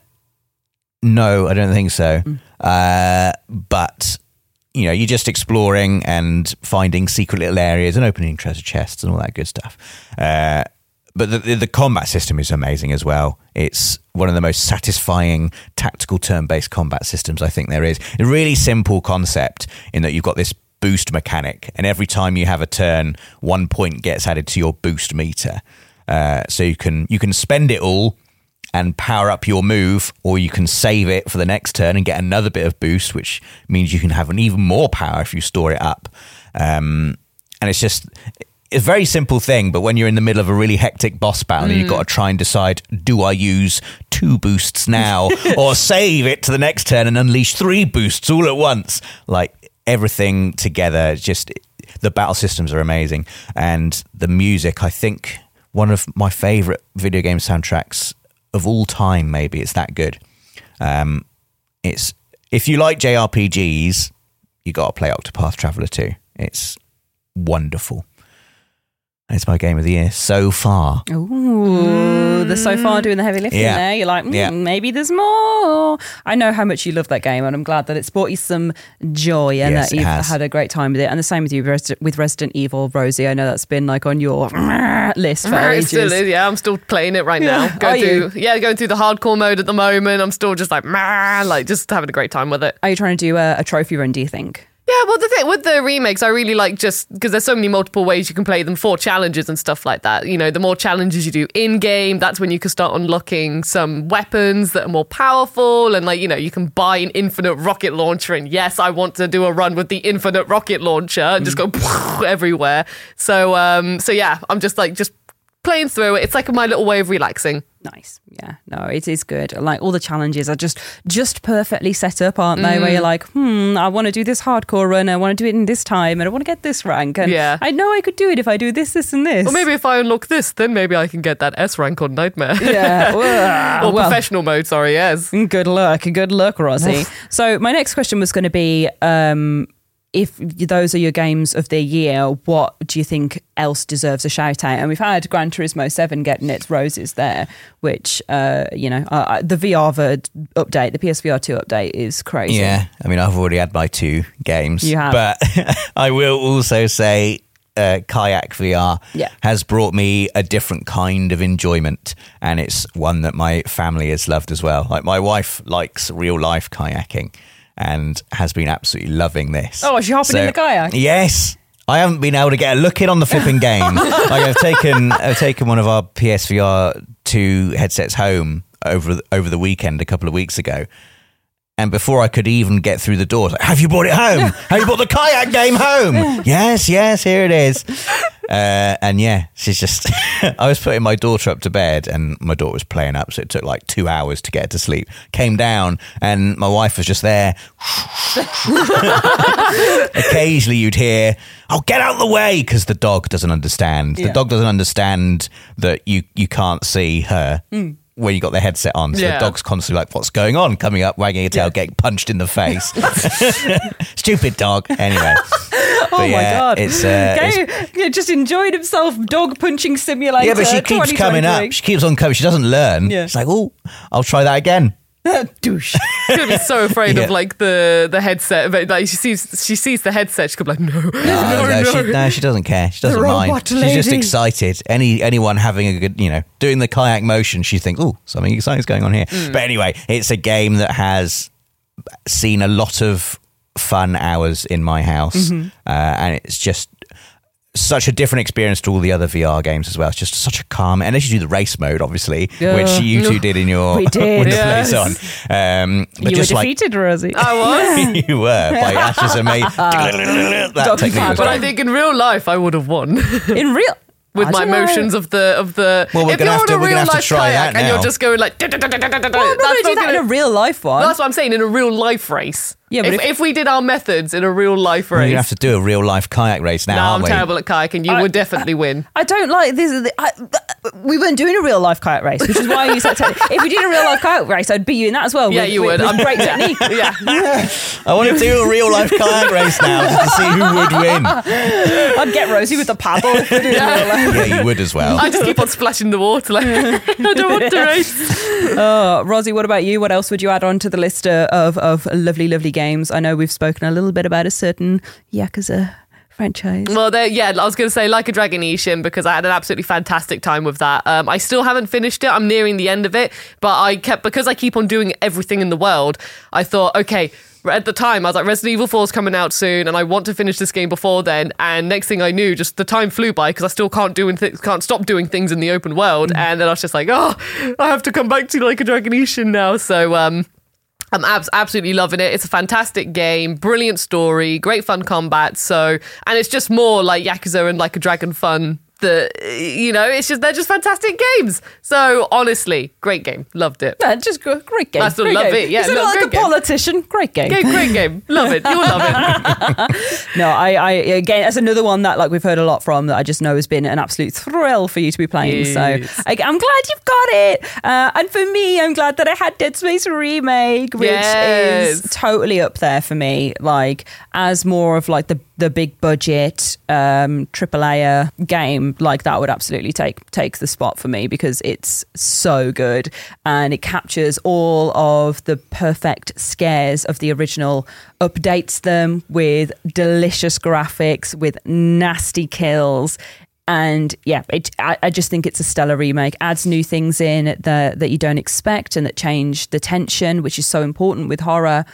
Speaker 2: no, I don't think so. Uh, but you know, you're just exploring and finding secret little areas and opening treasure chests and all that good stuff. Uh, but the- the, the combat system is amazing as well. It's one of the most satisfying tactical turn-based combat systems I think there is. A really simple concept in that you've got this boost mechanic, and every time you have a turn, one point gets added to your boost meter. Uh, so you can you can spend it all and power up your move, or you can save it for the next turn and get another bit of boost, which means you can have an even more power if you store it up. Um, and it's just it's a very simple thing, but when you're in the middle of a really hectic boss battle and you've got to try and decide, do I use two boosts now or save it to the next turn and unleash three boosts all at once? Like everything together, it's just the battle systems are amazing. And the music, I think one of my favorite video game soundtracks of all time, maybe it's that good. Um, it's if you like JRPGs, you got to play Octopath Traveler 2. It's wonderful. And It's my game of the year so far.
Speaker 1: Ooh, the so far doing the heavy lifting
Speaker 2: Mm. Yeah.
Speaker 1: there. You're like, mm,
Speaker 2: Yeah.
Speaker 1: maybe there's more. I know how much you love that game, and I'm glad that it's brought you some joy and
Speaker 2: Yes,
Speaker 1: that
Speaker 2: it
Speaker 1: you've
Speaker 2: has.
Speaker 1: had a great time with it. And the same with you Res- with Resident Evil, Rosie. I know that's been like on your list for
Speaker 3: It
Speaker 1: ages.
Speaker 3: still is, yeah. I'm still playing it right
Speaker 1: Yeah.
Speaker 3: now. Going
Speaker 1: Are you?
Speaker 3: through, yeah, going through the hardcore mode at the moment. I'm still just like, man, like just having a great time with it.
Speaker 1: Are you trying to do a, a trophy run? Do you think?
Speaker 3: Yeah, well, the thing with the remakes, I really like just because there's so many multiple ways you can play them for challenges and stuff like that. You know, the more challenges you do in game, that's when you can start unlocking some weapons that are more powerful. And, like, you know, you can buy an infinite rocket launcher. And yes, I want to do a run with the infinite rocket launcher and just go everywhere. So, um, so yeah, I'm just like, just playing through it. It's like my little way of relaxing.
Speaker 1: Nice. Yeah. No, it is good. Like all the challenges are just just perfectly set up, aren't they? Where you're
Speaker 2: Mm.
Speaker 1: like, hmm, I want to do this hardcore run, I want to do it in this time, and I want to get this rank. And
Speaker 3: Yeah.
Speaker 1: I know I could do it if I do this, this, and this.
Speaker 3: Or maybe if I unlock this, then maybe I can get that S rank on Nightmare.
Speaker 1: Yeah.
Speaker 3: or
Speaker 1: well,
Speaker 3: professional mode, sorry, yes.
Speaker 1: Good luck. Good luck, Rosie. so my next question was going to be. Um, if those are your games of the year, what do you think else deserves a shout out? And we've had Gran Turismo 7 getting its roses there, which, uh, you know, uh, uh, the VR ver- update, the PSVR 2 update is crazy.
Speaker 2: Yeah, I mean, I've already had my two games,
Speaker 1: You have.
Speaker 2: but I will also say, uh, Kayak VR
Speaker 1: Yeah.
Speaker 2: has brought me a different kind of enjoyment, and it's one that my family has loved as well. Like my wife likes real life kayaking, and has been absolutely loving this.
Speaker 1: Oh, is she hopping in the kayak?
Speaker 2: Yes. I haven't been able to get a look in on the flipping game. like I've taken I've taken one of our PSVR two headsets home over the- over the weekend a couple of weeks ago. And before I could even get through the door, I was like, have you brought it home? Have you brought the kayak game home? yes, yes, here it is. Uh, and yeah, she's just. I was putting my daughter up to bed, and my daughter was playing up, so it took like two hours to get her to sleep. Came down, and my wife was just there. Occasionally, you'd hear, "Oh, get out of the way," because the dog doesn't understand.
Speaker 1: Yeah.
Speaker 2: The dog doesn't understand that you you can't see her. When you got the headset on, so the
Speaker 3: Yeah.
Speaker 2: dog's constantly like, "What's going on?" Coming up, wagging her tail, getting punched in the face. Stupid dog. Anyway, oh
Speaker 1: Oh my God.
Speaker 2: it's, uh, it's
Speaker 1: Gary just enjoyed himself dog punching simulator.
Speaker 2: yeah, but she keeps coming up.
Speaker 1: 2023.
Speaker 2: She keeps on coming. She doesn't learn.
Speaker 1: uh, Yeah.
Speaker 2: She's like, oh, I'll try that again.
Speaker 1: Douche.
Speaker 3: She'd be so afraid
Speaker 2: Yeah.
Speaker 3: of like the the headset. But like she sees she sees the headset, she could be like, no, no, no.
Speaker 2: She, no, she doesn't care. She doesn't
Speaker 1: robot
Speaker 2: mind. She's just
Speaker 1: lady.
Speaker 2: excited. Any anyone having a good, you know, doing the kayak motion, she thinks, oh, something exciting's going on here. But anyway, it's a game that has seen a lot of fun hours in my house, uh, and it's just such a different experience to all the other VR games as well. It's just such a calm, unless you do the race mode, obviously, which you two did in your
Speaker 1: We did.
Speaker 2: with the
Speaker 3: Yes.
Speaker 2: place on. Um,
Speaker 1: you
Speaker 2: but
Speaker 1: were
Speaker 2: just like Oh.
Speaker 1: defeated, Rosie.
Speaker 3: I was.
Speaker 2: you were by Ashes and Me. that
Speaker 1: Dog
Speaker 2: technique was
Speaker 1: fart.
Speaker 3: But I
Speaker 2: great.
Speaker 3: think in real life I would have won
Speaker 1: In real.
Speaker 3: with
Speaker 1: I
Speaker 3: my
Speaker 1: don't know.
Speaker 3: motions of the of the.
Speaker 2: Well, we're
Speaker 3: if
Speaker 2: gonna
Speaker 3: you're
Speaker 2: have
Speaker 3: on
Speaker 2: to-
Speaker 3: a
Speaker 2: we're
Speaker 3: real
Speaker 2: gonna have to
Speaker 3: life
Speaker 2: try that
Speaker 3: kayak and
Speaker 2: now.
Speaker 3: you're just going like, "Da, da, da, da, da, da, da,"
Speaker 1: Well, I'm not
Speaker 3: that's
Speaker 1: going to do
Speaker 3: not
Speaker 1: that in a
Speaker 3: gonna.
Speaker 1: real life one.
Speaker 3: That's what I'm saying in a real life race.
Speaker 1: Yeah, but
Speaker 3: if,
Speaker 1: if-
Speaker 3: if, we did our methods in a real life
Speaker 2: We're going
Speaker 3: race,
Speaker 2: to have to do a real life kayak race now,
Speaker 3: no,
Speaker 2: aren't
Speaker 3: I'm
Speaker 2: we?
Speaker 3: terrible at kayaking. You would definitely win.
Speaker 1: I don't like this. Is the, I, th- we weren't doing a real life kayak race, which is why I use that technique. If we did a real life kayak race, I'd beat you in that as well.
Speaker 3: Yeah,
Speaker 1: with-
Speaker 3: you
Speaker 1: with-
Speaker 3: would.
Speaker 1: with
Speaker 3: I'm
Speaker 1: great
Speaker 3: yeah.
Speaker 1: technique.
Speaker 3: Yeah.
Speaker 2: I want to do a real life kayak race now just to see who would win.
Speaker 1: I'd get Rosie with the paddle. if we did a real life.
Speaker 2: Yeah, you would as well.
Speaker 3: I just keep on splashing the water. Like, I don't want to race.
Speaker 1: Uh, Rosie, what about you? What else would you add on to the list uh, of of lovely, lovely games? I know we've spoken a little bit about a certain Yakuza franchise.
Speaker 3: Well, there, yeah, I was going to say like a Dragon Ishin because I had an absolutely fantastic time with that. Um, I still haven't finished it. I'm nearing the end of it, but I kept because I keep on doing everything in the world. I thought, okay. At the time, I was like, Resident Evil 4 is coming out soon, and I want to finish this game before then. And next thing I knew, just the time flew by because I still can't do anything, can't stop doing things in the open world. And then I was just like, oh, I have to come back to like a Dragon Ishin now. So, um, I'm abs- absolutely loving it. It's a fantastic game, brilliant story, great fun combat. So, and it's just more like Yakuza and like a Dragon Fun. The you know, it's just they're just fantastic games. So honestly, great game, loved it.
Speaker 1: Yeah, just go- great game.
Speaker 3: I still
Speaker 1: great
Speaker 3: love
Speaker 1: game.
Speaker 3: it, yeah,
Speaker 1: Is it
Speaker 3: no,
Speaker 1: like
Speaker 3: great
Speaker 1: a
Speaker 3: game.
Speaker 1: politician? Great game.
Speaker 3: Great, great game, love it. You'll love it.
Speaker 1: No, I, I again, that's another one that like we've heard a lot from that I just know has been an absolute thrill for you to be playing. So
Speaker 3: Yes.
Speaker 1: I, I'm glad you've got it, uh, and for me, I'm glad that I had Dead Space remake, which
Speaker 3: Yes.
Speaker 1: is totally up there for me. Like as more of like the the big budget um triple A game, like that would absolutely take take the spot for me because it's so good and it captures all of the perfect scares of the original, updates them with delicious graphics, with nasty kills. And yeah, it, I, I just think it's a stellar remake. Adds new things in that that you don't expect and that change the tension, which is so important with horror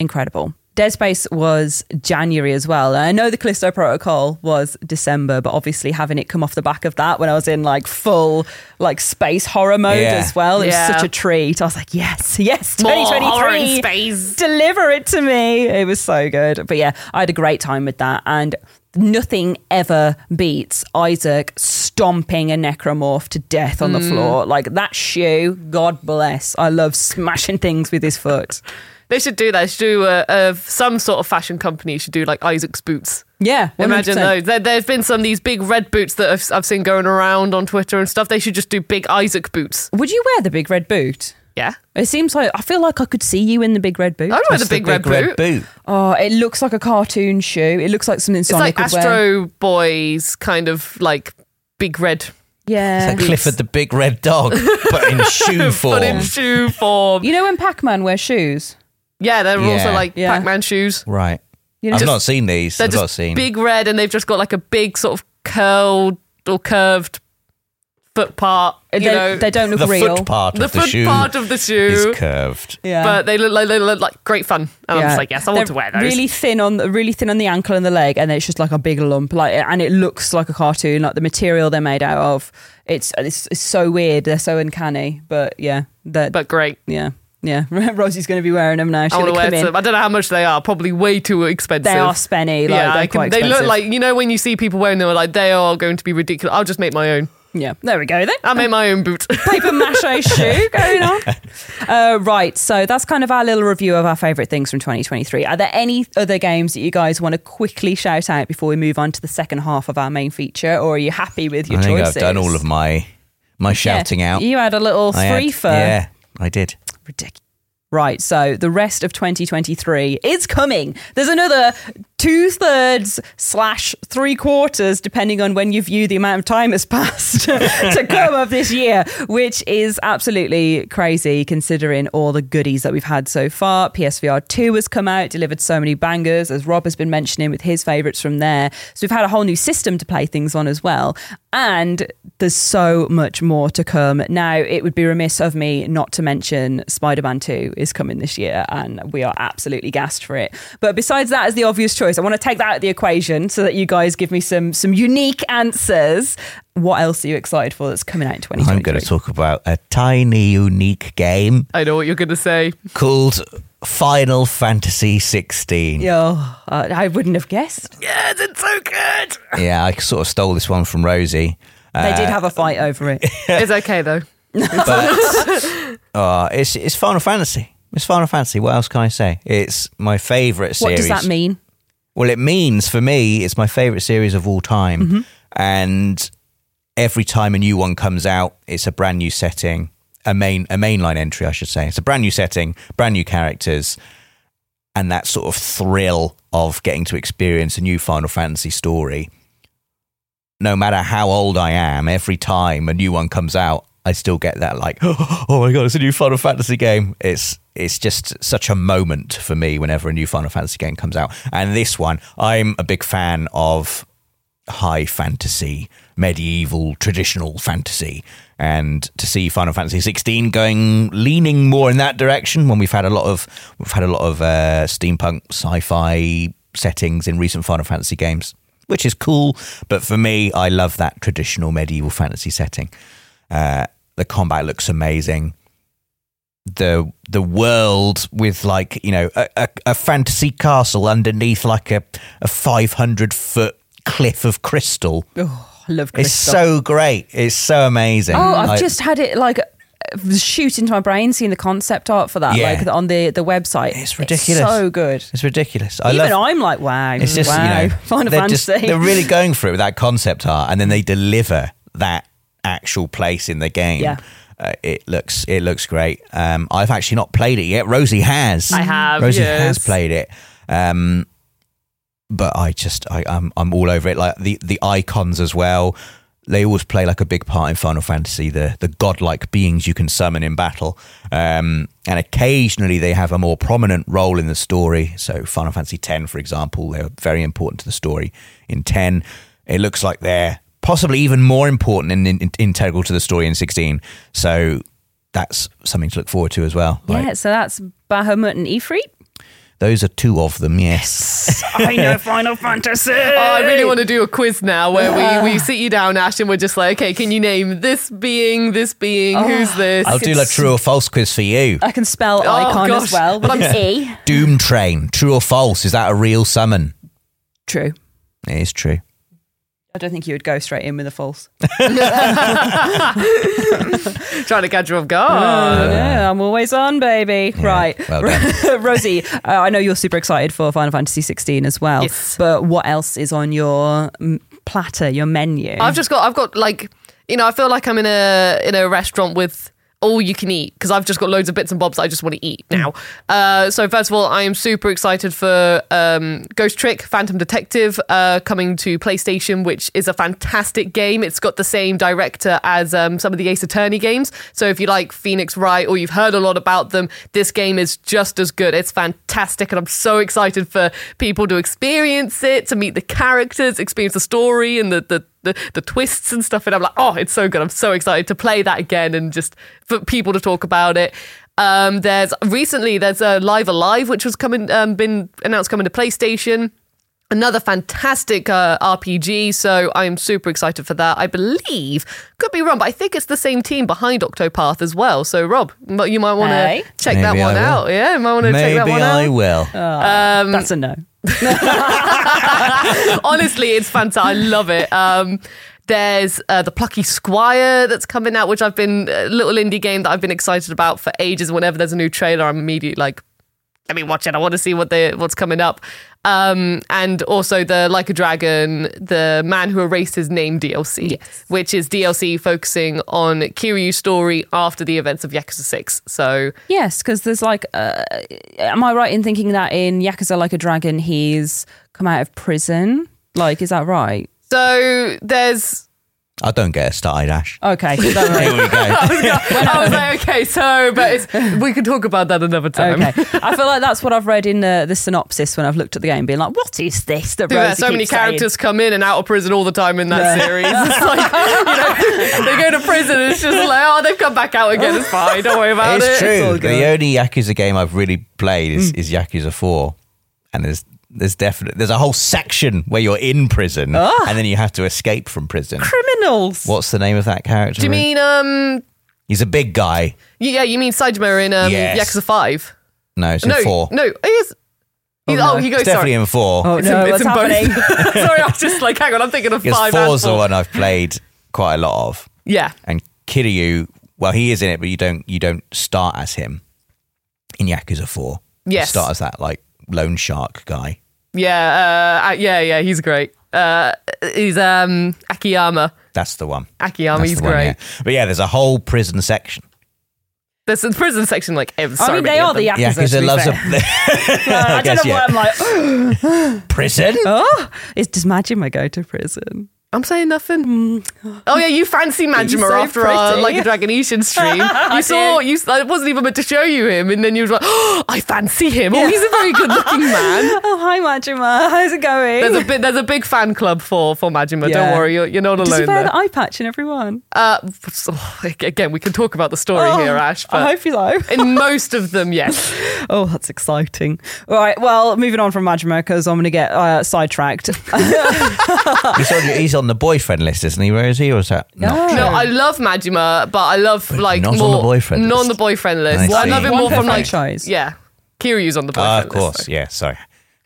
Speaker 1: incredible. Dead Space was January as well. And I know the Callisto Protocol was December, but obviously having it come off the back of that when I was in like full like space horror mode
Speaker 2: Yeah.
Speaker 1: as well, it
Speaker 3: Yeah.
Speaker 1: was such a treat. I was like, yes, yes,
Speaker 3: More horror in
Speaker 1: 2023
Speaker 3: space.
Speaker 1: deliver it to me. It was so good. But yeah, I had a great time with that. And nothing ever beats Isaac stomping a necromorph to death on the
Speaker 3: Mm.
Speaker 1: floor. Like that shoe, God bless. I love smashing things with his foot.
Speaker 3: They should do that. They should do a, a some sort of fashion company should do like Isaac's boots.
Speaker 1: Yeah, 100%.
Speaker 3: Imagine those. There, there's been some of these big red boots that I've, I've seen going around on Twitter and stuff. They should just do big Isaac boots.
Speaker 1: Would you wear the big red boot?
Speaker 3: Yeah.
Speaker 1: It seems like I feel like I could see you in the big red boot.
Speaker 3: I don't know the
Speaker 2: It's
Speaker 3: big, red, boot.
Speaker 1: Oh, it looks like a cartoon shoe. It looks like something
Speaker 3: It's
Speaker 1: Sonic
Speaker 3: like
Speaker 1: would wear.
Speaker 3: Astro Boy's kind of like big red,
Speaker 1: Yeah.
Speaker 2: It's like Clifford the Big Red Dog, but in shoe
Speaker 3: but in
Speaker 2: form.
Speaker 3: shoe form.
Speaker 1: you know when Pac-Man wears shoes?
Speaker 3: Yeah, they're
Speaker 2: Yeah.
Speaker 3: also like
Speaker 1: Yeah.
Speaker 3: Pac-Man shoes.
Speaker 2: Right.
Speaker 1: You know,
Speaker 2: I've
Speaker 1: just-
Speaker 2: not seen these.
Speaker 3: They're
Speaker 2: I've not
Speaker 3: just
Speaker 2: seen.
Speaker 3: big red, and they've just got like a big sort of curled or curved foot part. You
Speaker 1: they,
Speaker 3: know,
Speaker 1: they don't look
Speaker 2: the
Speaker 1: real.
Speaker 2: foot part
Speaker 3: the
Speaker 2: of the
Speaker 3: foot
Speaker 2: shoe
Speaker 3: part of the
Speaker 2: is
Speaker 3: shoe.
Speaker 2: curved.
Speaker 1: yeah.
Speaker 3: But they look like they look like great fun, and I'm
Speaker 1: Yeah.
Speaker 3: just like, yes, I want
Speaker 1: They're
Speaker 3: to wear those.
Speaker 1: Really thin on really thin on the ankle and the leg, and it's just like a big lump. Like, and it looks like a cartoon. Like the material they're made out of. It's it's, it's so weird. They're so uncanny. But yeah, that
Speaker 3: but great.
Speaker 1: yeah yeah. Rosie's going to be wearing them now. She's
Speaker 3: I want
Speaker 1: going
Speaker 3: to
Speaker 1: to
Speaker 3: wear
Speaker 1: come in.
Speaker 3: some. I don't know how much they are. Probably way too expensive.
Speaker 1: They are spenny. Like,
Speaker 3: yeah,
Speaker 1: they're
Speaker 3: I
Speaker 1: quite
Speaker 3: can, they look
Speaker 1: expensive.
Speaker 3: like you know when you see people wearing them, like they are going to be ridiculous. I'll just make my own.
Speaker 1: Yeah, there we go then.
Speaker 3: I'll make my own boot.
Speaker 1: Paper mache shoe going on. Uh, right, so that's kind of our little review of our favourite things from 2023. Are there any other games that you guys want to quickly shout out before we move on to the second half of our main feature, or are you happy with your
Speaker 2: I think
Speaker 1: choices?
Speaker 2: I've done all of my my
Speaker 1: Yeah,
Speaker 2: shouting out.
Speaker 1: You had a little
Speaker 2: I had-
Speaker 1: free for
Speaker 2: Yeah, I did.
Speaker 1: ridiculous. Right, so the rest of 2023 is coming. There's another two thirds slash three quarters, depending on when you view the amount of time has passed, to come of this year, which is absolutely crazy considering all the goodies that we've had so far. PSVR 2 has come out, delivered so many bangers, as Rob has been mentioning with his favourites from there. So we've had a whole new system to play things on as well. And there's so much more to come. Now, it would be remiss of me not to mention Spider Man 2 is coming this year, and we are absolutely gassed for it. But besides that, as the obvious choice, I want to take that out of the equation so that you guys give me some some unique answers. What else are you excited for that's coming out in 2023?
Speaker 2: I'm going to talk about a tiny, unique game
Speaker 3: I know what you're going to say.
Speaker 2: called Final Fantasy 16. Yeah.
Speaker 1: Yeah, uh, I wouldn't have guessed.
Speaker 3: Yes, it's so good.
Speaker 2: I sort of stole this one from Rosie.
Speaker 1: they
Speaker 2: Uh,
Speaker 1: did have a fight over it.
Speaker 3: it's okay though.
Speaker 2: But uh, it's, it's Final Fantasy. It's Final Fantasy. What else can I say? It's my favourite
Speaker 1: What
Speaker 2: series.
Speaker 1: does that mean?
Speaker 2: Well, it means for me, it's my favorite series of all time.
Speaker 1: Mm-hmm.
Speaker 2: And every time a new one comes out, it's a brand new setting, a main a mainline entry, I should say. It's a brand new setting, brand new characters, and that sort of thrill of getting to experience a new Final Fantasy story. No matter how old I am, every time a new one comes out, I still get that like, oh my god, it's a new Final Fantasy game. It's it's just such a moment for me whenever a new Final Fantasy game comes out. And this one, I'm a big fan of high fantasy, medieval, traditional fantasy. And to see Final Fantasy 16 going leaning more in that direction when we've had a lot of we've had a lot of uh, steampunk sci-fi settings in recent Final Fantasy games, which is cool, but for me I love that traditional medieval fantasy setting. Uh, the combat looks amazing the the world with like you know a, a, a fantasy castle underneath like a, a 500 foot cliff of crystal
Speaker 1: Oh, I love
Speaker 2: it's
Speaker 1: Crystal.
Speaker 2: so great it's so amazing
Speaker 1: Oh, I've
Speaker 2: I-
Speaker 1: just had it like shoot into my brain seeing the concept art for that,
Speaker 2: Yeah.
Speaker 1: like on the the website.
Speaker 2: It's ridiculous.
Speaker 1: so good.
Speaker 2: it's ridiculous i
Speaker 1: Even
Speaker 2: love
Speaker 1: I'm like, wow,
Speaker 2: it's just
Speaker 1: wow,
Speaker 2: you know
Speaker 1: Final
Speaker 2: they're, just-
Speaker 1: Fantasy.
Speaker 2: they're really going for it with that concept art and then they deliver that actual place in the game
Speaker 1: Yeah.
Speaker 2: Uh, it looks it looks great. Um, I've actually not played it yet. Rosie has.
Speaker 3: I have,
Speaker 2: Rosie
Speaker 3: yes.
Speaker 2: has played it. Um, but I just I, I'm I'm all over it. Like the the icons as well. They always play like a big part in Final Fantasy. The the godlike beings you can summon in battle, um, and occasionally they have a more prominent role in the story. So Final Fantasy X, for example, they're very important to the story. In ten, it looks like they're possibly even more important and in, in- integral to the story in sixteen. So that's something to look forward to as well. Like,
Speaker 1: yeah, so that's Bahamut and Ifrit.
Speaker 2: those are two of them. Yes.
Speaker 1: I know Final Fantasy.
Speaker 3: Oh, I really want to do a quiz now where we, we sit you down, Ash, and we're just like, okay, can you name this being, this being, who's this?
Speaker 2: I'll do like true or false quiz for you.
Speaker 1: I can spell icon
Speaker 3: gosh.
Speaker 1: as well. Oh, But I'm E.
Speaker 2: Doom Train, true or false? Is that a real summon?
Speaker 1: True.
Speaker 2: It is true.
Speaker 1: I don't think you would go straight in with a false.
Speaker 3: Trying to catch you off guard.
Speaker 1: Oh, yeah, I'm always on, baby. right.
Speaker 2: well done.
Speaker 1: Rosie, uh, I know you're super excited for Final Fantasy 16 as well.
Speaker 3: Yes.
Speaker 1: But what else is on your mm, platter, your menu?
Speaker 3: I've just got I've got like you know I feel like I'm in a in a restaurant with all you can eat because I've just got loads of bits and bobs that I just want to eat now. Uh, so first of all, I am super excited for um, Ghost Trick Phantom Detective uh, coming to PlayStation, which is a fantastic game. It's got the same director as um, some of the Ace Attorney games. So if you like Phoenix Wright or you've heard a lot about them, this game is just as good. It's fantastic, and I'm so excited for people to experience it, to meet the characters, experience the story and the the the, the twists and stuff. And I'm like, oh, it's so good. I'm so excited to play that again and just for people to talk about it. Um, there's recently there's a Live Alive which was coming um, been announced coming to PlayStation. Another fantastic uh, RPG, so I'm super excited for that. I believe, could be wrong, but I think it's the same team behind Octopath as well. So, Rob, m- you might want to
Speaker 1: Hey.
Speaker 3: check
Speaker 2: Maybe
Speaker 3: that one
Speaker 2: I will.
Speaker 3: out. Yeah, you might want to check
Speaker 2: Maybe
Speaker 3: that one
Speaker 2: I
Speaker 3: out. Uh.
Speaker 2: will.
Speaker 1: That's a no.
Speaker 3: Honestly, it's fantastic. I love it. Um, there's uh, the Plucky Squire that's coming out, which I've been a little indie game that I've been excited about for ages. Whenever there's a new trailer, I'm immediately like, let me watch it. I want to see what they what's coming up. Um, and also the Like a Dragon, the Man Who Erased His Name DLC, which is DLC focusing on Kiryu's story after the events of Yakuza Six. So
Speaker 1: Yes, because there's like, uh, am I right in thinking that in Yakuza Like a Dragon, he's come out of prison? Like, is that right?
Speaker 3: so there's
Speaker 2: I don't get a started, Ash.
Speaker 1: Okay. don't worry.
Speaker 2: Here we go.
Speaker 3: I was like, okay, so but it's, we can talk about that another time.
Speaker 1: Okay, I feel like that's what I've read in the, the synopsis when I've looked at the game, being like, "What is this?" That
Speaker 3: do that.
Speaker 1: Rosie
Speaker 3: So many
Speaker 1: keeps saying?"
Speaker 3: characters come in and out of prison all the time in that series. It's like, you know, they go to prison and it's just like, oh, they've come back out again. It's fine. Don't worry about
Speaker 2: It's
Speaker 3: it.
Speaker 2: true.
Speaker 1: all good.
Speaker 2: the only Yakuza game I've really played
Speaker 3: Mm.
Speaker 2: is, is Yakuza Four, and there's there's definitely there's a whole section where you're in prison
Speaker 3: Ah.
Speaker 2: and then you have to escape from prison.
Speaker 1: criminals.
Speaker 2: What's the name of that character?
Speaker 3: Do you mean, um,
Speaker 2: he's a big guy?
Speaker 3: yeah, you mean Sajima in um,
Speaker 2: Yes.
Speaker 3: Yakuza 5?
Speaker 2: No, it's in
Speaker 3: No,
Speaker 2: four.
Speaker 3: no, he is. He's,
Speaker 1: Oh,
Speaker 3: oh,
Speaker 1: no.
Speaker 3: he
Speaker 2: it's
Speaker 3: goes,
Speaker 2: definitely
Speaker 3: sorry.
Speaker 2: in four.
Speaker 1: Oh
Speaker 3: It's
Speaker 1: no,
Speaker 3: in,
Speaker 1: what's
Speaker 3: it's in
Speaker 1: happening?
Speaker 3: both. sorry, I was just like, hang on, I'm thinking of
Speaker 2: Because
Speaker 3: five and
Speaker 2: four's the
Speaker 3: four.
Speaker 2: one I've played quite a lot of.
Speaker 3: Yeah.
Speaker 2: and Kiryu, well, he is in it, but you don't you don't start as him. in Yakuza Four. He
Speaker 3: Yes.
Speaker 2: start as that like loan shark guy.
Speaker 3: Yeah, uh, uh, yeah, yeah. He's great. Uh, he's um Akiyama.
Speaker 2: That's the one.
Speaker 1: Oh,
Speaker 3: Akiyama,
Speaker 2: That's
Speaker 3: he's
Speaker 2: the one,
Speaker 3: great.
Speaker 2: yeah. But yeah, there's a whole prison section.
Speaker 3: There's a prison section like ev-
Speaker 1: I
Speaker 3: so
Speaker 1: mean,
Speaker 3: many
Speaker 1: they
Speaker 3: of
Speaker 1: are the
Speaker 3: them.
Speaker 1: Yakuza.
Speaker 2: Yeah, because
Speaker 1: to
Speaker 2: it
Speaker 1: be
Speaker 2: loves
Speaker 1: fair.
Speaker 2: a
Speaker 1: I don't know
Speaker 2: guess, yeah.
Speaker 1: why I'm like, oh,
Speaker 2: prison.
Speaker 1: it's just Majima go to prison.
Speaker 3: I'm saying nothing.
Speaker 1: Mm.
Speaker 3: Oh yeah, you fancy Majima
Speaker 1: so
Speaker 3: after our
Speaker 1: pretty.
Speaker 3: like a Dragonetian stream.
Speaker 1: I
Speaker 3: you saw
Speaker 1: did.
Speaker 3: you. I wasn't even meant to show you him, and then you was like, oh, I fancy him. Oh,
Speaker 1: Yeah.
Speaker 3: he's a very good looking man.
Speaker 1: Oh, hi, Majima. How's it going?
Speaker 3: There's a bit. There's a big fan club for for Majima. Don't
Speaker 1: Yeah.
Speaker 3: worry, you're, you're not alone.
Speaker 1: Does he wear
Speaker 3: there.
Speaker 1: the eye patch in everyone?
Speaker 3: Uh, so- again, we can talk about the story here, Ash. But
Speaker 1: Oh, I hope you know.
Speaker 3: in most of them, yes.
Speaker 1: Oh, that's exciting. All right, well, moving on from Majima because I'm going to get uh, sidetracked.
Speaker 2: he's, on, he's on the boyfriend list, isn't he? Where is he? Or is that not
Speaker 1: No.
Speaker 2: true?
Speaker 3: No, I love Majima, but I love like
Speaker 2: not on
Speaker 3: more
Speaker 2: the boyfriend
Speaker 3: not on
Speaker 2: list.
Speaker 3: the boyfriend
Speaker 2: I
Speaker 3: list. I,
Speaker 2: see.
Speaker 3: love it
Speaker 2: One
Speaker 3: more
Speaker 1: per
Speaker 3: from like
Speaker 1: franchise.
Speaker 3: yeah, Kiryu's on the
Speaker 2: Ah,
Speaker 3: boyfriend
Speaker 2: of course.
Speaker 3: list
Speaker 2: Yeah, sorry.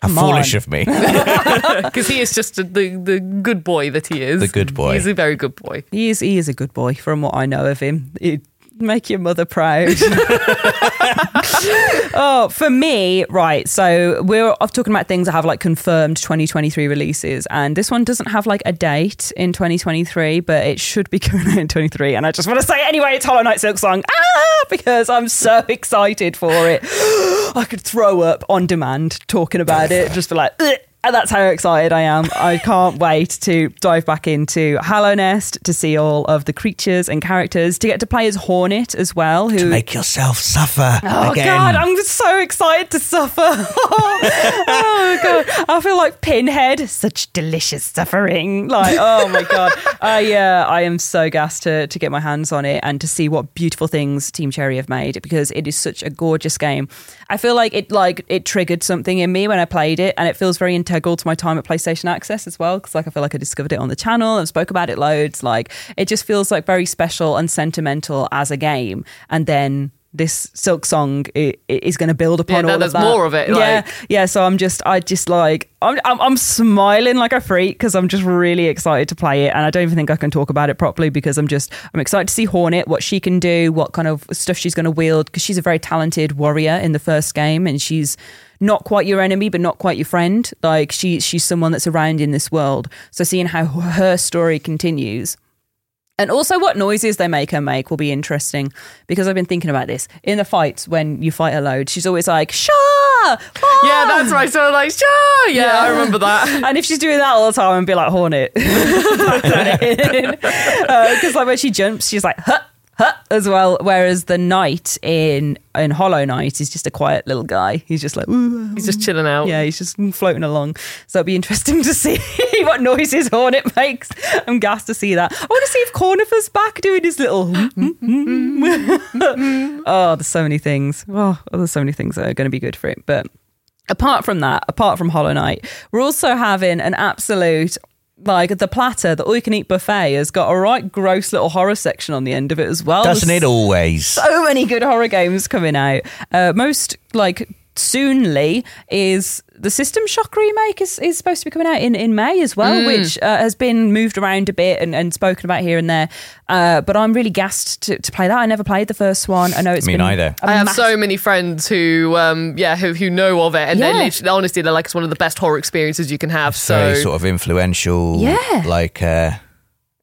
Speaker 2: How
Speaker 1: Come
Speaker 2: foolish
Speaker 1: on.
Speaker 2: of me.
Speaker 3: because he is just a, the the good boy that he is.
Speaker 2: The good boy.
Speaker 3: He's a very good boy.
Speaker 1: he, is, he is a good boy from what I know of him. He'd make your mother proud. oh, for me, right, so we're off talking about things that have like confirmed 2023 releases. And this one doesn't have like a date in 2023, but it should be coming out in 23. And I just want to say anyway, it's Hollow Knight Silk Song. Ah, because I'm so excited for it. I could throw up on demand talking about it, just be like, "Ugh." and that's how excited I am. I can't wait to dive back into Hallow Nest to see all of the creatures and characters, to get to play as Hornet as well, who
Speaker 2: Make yourself suffer
Speaker 1: Oh
Speaker 2: again.
Speaker 1: god, I'm so excited to suffer. oh god, I feel like Pinhead. Such delicious suffering. Like, oh my god, I uh, I am so gassed to to get my hands on it and to see what beautiful things Team Cherry have made because it is such a gorgeous game. I feel like it like it triggered something in me when I played it, and it feels very integral to my time at PlayStation Access as well because like I feel like I discovered it on the channel and spoke about it loads. Like, it just feels like very special and sentimental as a game, and then this silk song i- i- is going to build upon
Speaker 3: Yeah, no,
Speaker 1: all
Speaker 3: there's
Speaker 1: of that.
Speaker 3: more of it,
Speaker 1: Yeah,
Speaker 3: like-
Speaker 1: yeah. So I'm just, I just like, I'm, I'm, I'm smiling like a freak because I'm just really excited to play it, and I don't even think I can talk about it properly because I'm just, I'm excited to see Hornet, what she can do, what kind of stuff she's going to wield because she's a very talented warrior in the first game, and she's not quite your enemy but not quite your friend. Like she, she's someone that's around in this world. So seeing how her story continues. And also, what noises they make her make will be interesting because I've been thinking about this. In the fights, when you fight her load, she's always like, Sha! Wah!"
Speaker 3: Yeah, that's right. So like, sure, yeah, I remember that.
Speaker 1: And if she's doing that all the time, I'd be like, Hornet. Because Uh, like when she jumps, she's like, Huh! Huh, as well, whereas the knight in in Hollow Knight is just a quiet little guy. He's just like, ooh,
Speaker 3: He's just chilling out.
Speaker 1: yeah, he's just floating along. So it'd be interesting to see what noises Hornet makes. I'm gassed to see that. I want to see if Cornifer's back doing his little. oh, there's so many things. Oh, there's so many things that are going to be good for it. But apart from that, apart from Hollow Knight, we're also having an absolute. Like the platter, the all you can eat buffet has got a right gross little horror section on the end of it as well.
Speaker 2: Doesn't
Speaker 1: There's
Speaker 2: it always?
Speaker 1: so many good horror games coming out. Uh, most like soonly is the System Shock remake is, is supposed to be coming out in, in May as well,
Speaker 3: Mm.
Speaker 1: which uh, has been moved around a bit and, and spoken about here and there. Uh, but I'm really gassed to, to play that. I never played the first one. I know it's
Speaker 2: Me
Speaker 1: been
Speaker 2: neither.
Speaker 1: a
Speaker 3: I have
Speaker 1: massive-
Speaker 3: so many friends who, um, yeah, who, who know of it, and
Speaker 1: Yeah.
Speaker 3: they're literally, honestly, they're like it's one of the best horror experiences you can have. So,
Speaker 2: Very sort of influential.
Speaker 1: Yeah.
Speaker 2: Like uh,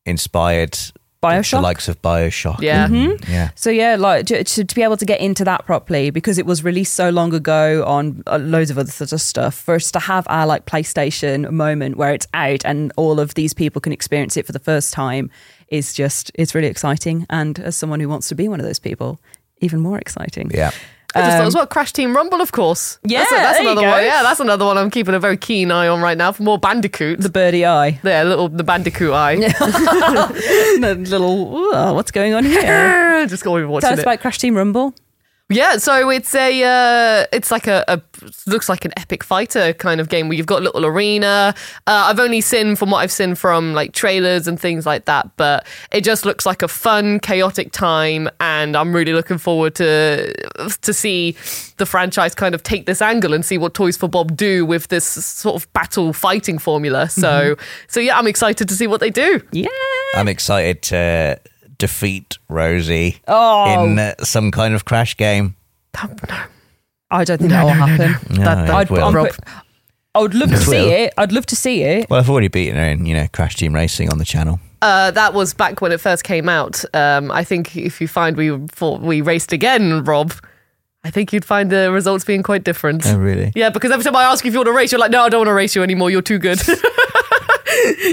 Speaker 2: inspired. The
Speaker 1: Bioshock?
Speaker 2: likes of Bioshock.
Speaker 3: Yeah. Mm-hmm.
Speaker 2: and- Yeah.
Speaker 1: So yeah, like to, to, to be able to get into that properly because it was released so long ago on uh, loads of other sort of stuff. For us to have our like PlayStation moment where it's out and all of these people can experience it for the first time is just it's really exciting. And as someone who wants to be one of those people, even more exciting.
Speaker 2: Yeah.
Speaker 3: I just thought as well, Crash Team Rumble, of course.
Speaker 1: Um, Yeah,
Speaker 3: that's, a- that's
Speaker 1: there you
Speaker 3: another
Speaker 1: go.
Speaker 3: one. Yeah, that's another one. I'm keeping a very keen eye on right now for more Bandicoot.
Speaker 1: The birdie eye,
Speaker 3: there, little the Bandicoot eye.
Speaker 1: the little "Ooh, what's going on here?
Speaker 3: just go over watching
Speaker 1: Tell us
Speaker 3: it.
Speaker 1: about Crash Team Rumble.
Speaker 3: Yeah, so it's a uh, it's like a, a looks like an epic fighter kind of game where you've got a little arena. Uh, I've only seen from what I've seen from like trailers and things like that, but it just looks like a fun, chaotic time, and I'm really looking forward to to see the franchise kind of take this angle and see what Toys for Bob do with this sort of battle fighting formula. So so yeah, I'm excited to see what they do.
Speaker 1: Yeah.
Speaker 2: I'm excited to
Speaker 1: Oh,
Speaker 3: Oh.
Speaker 2: defeat Rosie in uh, some kind of crash game.
Speaker 1: I don't think that will happen.
Speaker 2: No,
Speaker 3: That-
Speaker 2: it
Speaker 3: that-
Speaker 1: I'd,
Speaker 2: will.
Speaker 1: I'm
Speaker 3: Rob.
Speaker 1: put- I would love to
Speaker 2: It
Speaker 1: see
Speaker 2: will.
Speaker 1: it. I'd love to see it.
Speaker 2: Well, I've already beaten her in, you know, Crash Team Racing on the channel.
Speaker 3: Uh, that was back when it first came out. Um, I think if you find we for, we raced again, Rob, I think you'd find the results being quite different.
Speaker 2: Oh, really?
Speaker 3: Yeah, because every time I ask you if you want to race, you're like, no, I don't want to race you anymore. You're too good.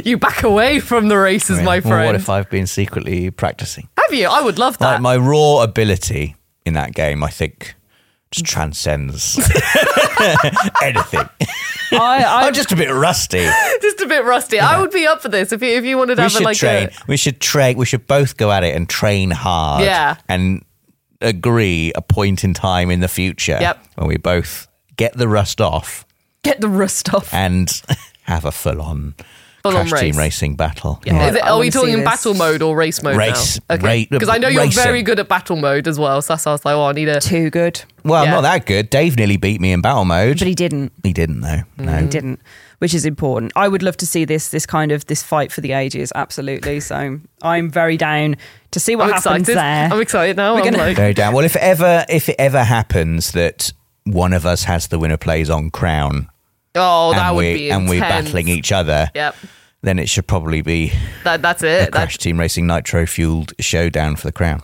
Speaker 3: you back away from the races,
Speaker 2: Yeah.
Speaker 3: my
Speaker 2: Well,
Speaker 3: friend. Ah.
Speaker 2: what if I've been secretly practicing?
Speaker 3: Have you? I would love that.
Speaker 2: Like my raw ability in that game, I think, just transcends anything.
Speaker 1: I, I,
Speaker 2: I'm just a bit rusty.
Speaker 3: Just a bit rusty. I would be up for this if you if you wanted to
Speaker 2: We
Speaker 3: have a,
Speaker 2: should
Speaker 3: like
Speaker 2: train.
Speaker 3: a.
Speaker 2: We should train. We should both go at it and train hard.
Speaker 3: Yeah.
Speaker 2: And agree a point in time in the future
Speaker 3: Yep.
Speaker 2: when we both get the rust off
Speaker 1: get the rust off.
Speaker 2: and have a full-on
Speaker 3: Full-on
Speaker 2: crash team
Speaker 3: race.
Speaker 2: racing battle.
Speaker 1: Yeah.
Speaker 3: Is it,
Speaker 1: I
Speaker 3: are we
Speaker 1: wanna see
Speaker 3: talking
Speaker 1: this.
Speaker 3: battle mode or race mode
Speaker 2: Race,
Speaker 3: now? Okay,
Speaker 2: ra-
Speaker 3: because I know you're
Speaker 2: racing.
Speaker 3: very good at battle mode as well. So that's why I was like, oh, I need a.
Speaker 1: Too good.
Speaker 2: Well,
Speaker 3: Yeah.
Speaker 2: I'm not that good. Dave nearly beat me in battle mode.
Speaker 1: But he didn't.
Speaker 2: He didn't though. No.
Speaker 1: He
Speaker 3: Mm.
Speaker 1: didn't, which is important. I would love to see this this kind of this fight for the ages. Absolutely. So I'm very down to see what
Speaker 3: I'm
Speaker 1: happens
Speaker 3: excited.
Speaker 1: there.
Speaker 3: I'm excited now. I'm
Speaker 1: gonna-
Speaker 3: like,
Speaker 2: Very down. Well, if it ever if it ever happens that one of us has the winner plays on crown
Speaker 3: oh, that
Speaker 2: and
Speaker 3: would
Speaker 2: we
Speaker 3: be
Speaker 2: and we're
Speaker 3: intense.
Speaker 2: battling each other,
Speaker 3: Yep,
Speaker 2: then it should probably be
Speaker 3: that that's
Speaker 2: a
Speaker 3: it. That,
Speaker 2: crash team racing nitro fueled showdown for the crown.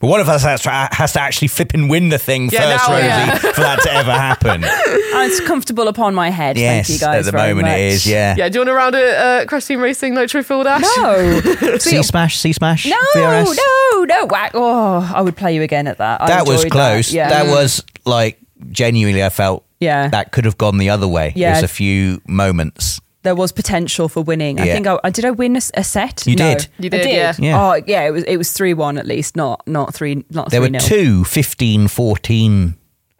Speaker 2: But one of us has to, has to actually flip and win the thing
Speaker 3: Yeah,
Speaker 2: first,
Speaker 3: now,
Speaker 2: Rosie,
Speaker 3: yeah.
Speaker 2: for that to ever happen.
Speaker 1: And it's comfortable upon my head.
Speaker 2: yes,
Speaker 1: Thank you guys.
Speaker 2: at the
Speaker 1: very
Speaker 2: moment
Speaker 1: much.
Speaker 2: it is. Yeah.
Speaker 3: yeah, do you want to round a uh, crash team racing nitro field ash?
Speaker 1: No,
Speaker 2: C smash, C smash.
Speaker 1: no,
Speaker 2: VRS.
Speaker 1: no, no. Whack. Oh, I would play you again at that. I
Speaker 2: that was
Speaker 1: enjoyed
Speaker 2: close. That,
Speaker 1: Yeah. Mm.
Speaker 2: was like genuinely, I felt
Speaker 1: Yeah.
Speaker 2: that could have gone the other way.
Speaker 1: Yeah.
Speaker 2: There's a few moments.
Speaker 1: there was potential for winning. I
Speaker 2: Yeah.
Speaker 1: think I, I did. I win a, s- a set.
Speaker 2: You
Speaker 1: No.
Speaker 2: did.
Speaker 3: You
Speaker 1: I
Speaker 3: did, yeah.
Speaker 2: Yeah.
Speaker 1: Oh, yeah. It was. It was three one at least. Not not three. Not
Speaker 2: There
Speaker 1: three
Speaker 2: were
Speaker 1: nil.
Speaker 2: two 15, 14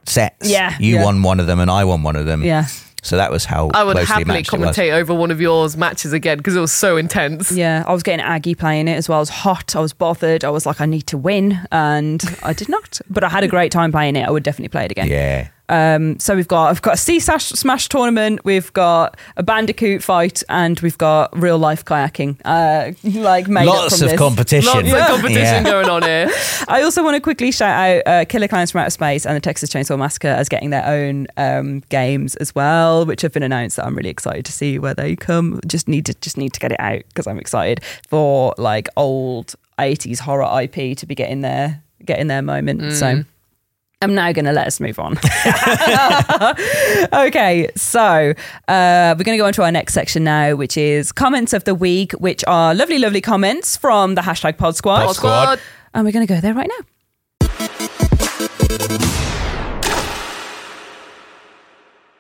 Speaker 2: sets.
Speaker 1: Yeah.
Speaker 2: You
Speaker 1: Yeah.
Speaker 2: won one of them and I won one of them.
Speaker 1: Yeah.
Speaker 2: So that was how
Speaker 3: I would
Speaker 2: closely
Speaker 3: happily
Speaker 2: matched it was.
Speaker 3: commentate over one of yours matches again because it was so intense.
Speaker 1: Yeah, I was getting aggy playing it as well. I was hot. I was bothered. I was like, I need to win, and I did not. But I had a great time playing it. I would definitely play it again.
Speaker 2: Yeah.
Speaker 1: Um, so we've got I've got a sea sash smash tournament. We've got a bandicoot fight, and we've got real life kayaking. Uh, like made up
Speaker 2: Lots
Speaker 1: from
Speaker 2: of
Speaker 1: this.
Speaker 2: competition.
Speaker 3: Lots of competition
Speaker 2: Yeah.
Speaker 3: going on here.
Speaker 1: I also want to quickly shout out uh, Killer Clients from Outer Space and the Texas Chainsaw Massacre as getting their own um, games as well, which have been announced. That I'm really excited to see where they come. Just need to just need to get it out because I'm excited for like old 80s horror IP to be getting their getting their moment. So. I'm now going to let us move on. okay, so uh, we're going to go on to our next section now, which is comments of the week, which are lovely, lovely comments from the hashtag Pod Squad.
Speaker 2: Pod Squad.
Speaker 1: And we're going to go there right now.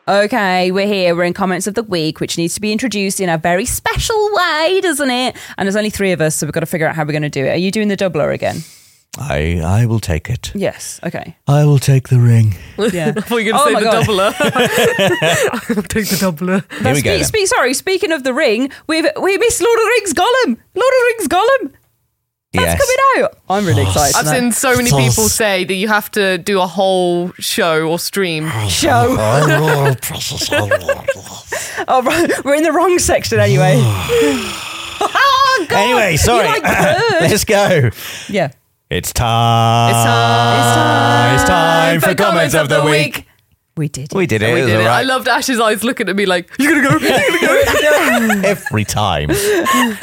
Speaker 1: Okay, we're here. We're in comments of the week, which needs to be introduced in a very special way, doesn't it? And there's only three of us, so we've got to figure out how we're going to do it. Are you doing the doubler again?
Speaker 2: I, I will take it.
Speaker 1: Yes. Okay.
Speaker 2: I will take the ring.
Speaker 1: Yeah.
Speaker 3: I thought you were
Speaker 1: Oh
Speaker 3: going
Speaker 1: my
Speaker 3: to
Speaker 1: God.
Speaker 3: say the doubler. I'll take the doubler.
Speaker 2: Here we go.
Speaker 1: Spe-
Speaker 2: then.
Speaker 1: spe- sorry. Speaking of the ring, we've we missed Lord of the Rings Gollum. Lord of the Rings Gollum. That's
Speaker 2: Yes.
Speaker 1: coming out. Oh, I'm really excited.
Speaker 3: I've
Speaker 1: for that.
Speaker 3: seen so many
Speaker 2: False.
Speaker 3: people say that you have to do a whole show or stream.
Speaker 1: show. Oh, right. We're in the wrong section anyway. oh, God.
Speaker 2: Anyway, sorry.
Speaker 1: You like birds.
Speaker 2: Let's go.
Speaker 1: yeah.
Speaker 2: It's time.
Speaker 3: It's time.
Speaker 2: Ah, It's time for comments of the week.
Speaker 1: We did.
Speaker 2: We did it.
Speaker 3: We
Speaker 2: it was
Speaker 3: did it.
Speaker 2: all
Speaker 3: I
Speaker 2: right.
Speaker 3: loved Ash's eyes looking at me like, you're going to go. You're gonna go.
Speaker 2: every time. Oh,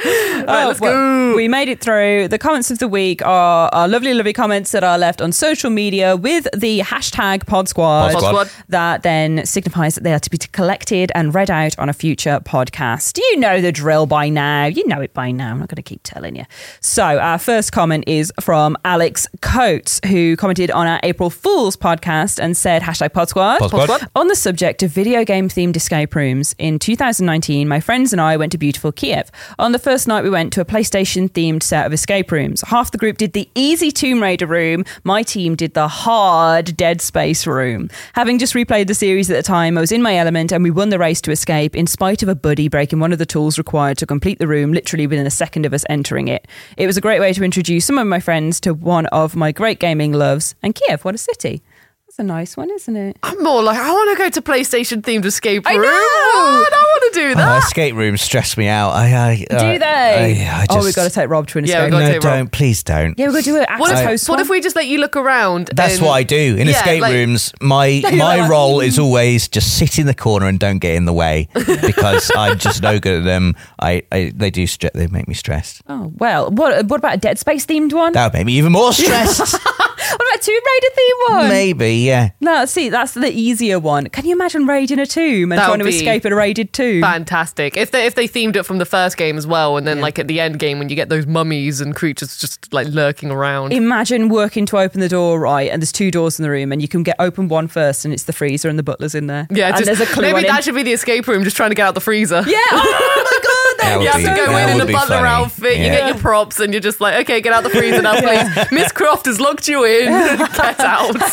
Speaker 3: Right, let's
Speaker 1: Oh, Well,
Speaker 3: go.
Speaker 1: We made it through. The comments of the week are, are lovely, lovely comments that are left on social media with the hashtag Pod Squad.
Speaker 2: Pod Squad.
Speaker 1: That then signifies that they are to be collected and read out on a future podcast. You know the drill by now. You know it by now. I'm not going to keep telling you. So, our first comment is from Alex Coates, who commented on our April Fool's podcast and said hashtag Pod Squad.
Speaker 2: Pod Squad. Pod Squad.
Speaker 1: On the subject of video game themed escape rooms, in 2019, my friends and I went to beautiful Kiev. On the first night, we went to a PlayStation themed set of escape rooms. Half the group did the easy Tomb Raider room, my team did the hard Dead Space room. Having just replayed the series at the time, I was in my element and we won the race to escape in spite of a buddy breaking one of the tools required to complete the room literally within a second of us entering it. It was a great way to introduce some of my friends to one of my great gaming loves, and Kiev, what a city. That's a nice one, isn't it?
Speaker 3: I'm more like I want to go to PlayStation themed escape
Speaker 1: I
Speaker 3: room.
Speaker 1: know!
Speaker 3: What? I want to do
Speaker 2: Oh,
Speaker 3: that.
Speaker 2: escape rooms stress me out. I, I,
Speaker 1: Do they?
Speaker 2: I, I just,
Speaker 1: oh, we've got to take Rob to an escape.
Speaker 3: Yeah,
Speaker 1: room.
Speaker 3: we've gotta
Speaker 2: no,
Speaker 3: take Rob.
Speaker 2: don't. Please don't.
Speaker 1: yeah, we've got to do it.
Speaker 3: what
Speaker 1: access
Speaker 3: if,
Speaker 1: host
Speaker 3: what
Speaker 1: one.
Speaker 3: if we just let you look around?
Speaker 2: That's
Speaker 3: and-
Speaker 2: what I do in
Speaker 3: Yeah,
Speaker 2: escape
Speaker 3: like-
Speaker 2: rooms. My
Speaker 1: You're
Speaker 2: my
Speaker 1: like,
Speaker 2: role is always just sit in the corner and don't get in the way because I'm just no good at them. I, I they do stre- they make me stressed.
Speaker 1: Oh well, what what about a Dead Space themed one?
Speaker 2: That would make me even more stressed.
Speaker 1: what about a Tomb Raider themed one?
Speaker 2: Maybe yeah.
Speaker 1: No, see, that's the easier one. Can you imagine raiding a tomb and
Speaker 3: That
Speaker 1: trying to
Speaker 3: would be
Speaker 1: escape a raided tomb?
Speaker 3: Fantastic. If they if they themed it from the first game as well, and then
Speaker 1: Yeah.
Speaker 3: like at the end game when you get those mummies and creatures just like lurking around.
Speaker 1: Imagine working to open the door, right? And there's two doors in the room, and you can get open one first, and it's the freezer and the butler's in there.
Speaker 3: yeah,
Speaker 1: and
Speaker 3: just,
Speaker 1: there's a clue on
Speaker 3: maybe
Speaker 1: him.
Speaker 3: that should be the escape room, just trying to get out the freezer.
Speaker 1: Yeah. Oh my god.
Speaker 2: That
Speaker 1: That
Speaker 2: would
Speaker 3: You have
Speaker 2: be-
Speaker 3: to go
Speaker 2: that
Speaker 3: in in
Speaker 2: would
Speaker 3: a
Speaker 2: be
Speaker 3: butler
Speaker 2: funny.
Speaker 3: outfit. You
Speaker 2: Yeah.
Speaker 3: get your props, and you're just like, okay, get out the freezer now, please. Miss Croft has locked you in. get out.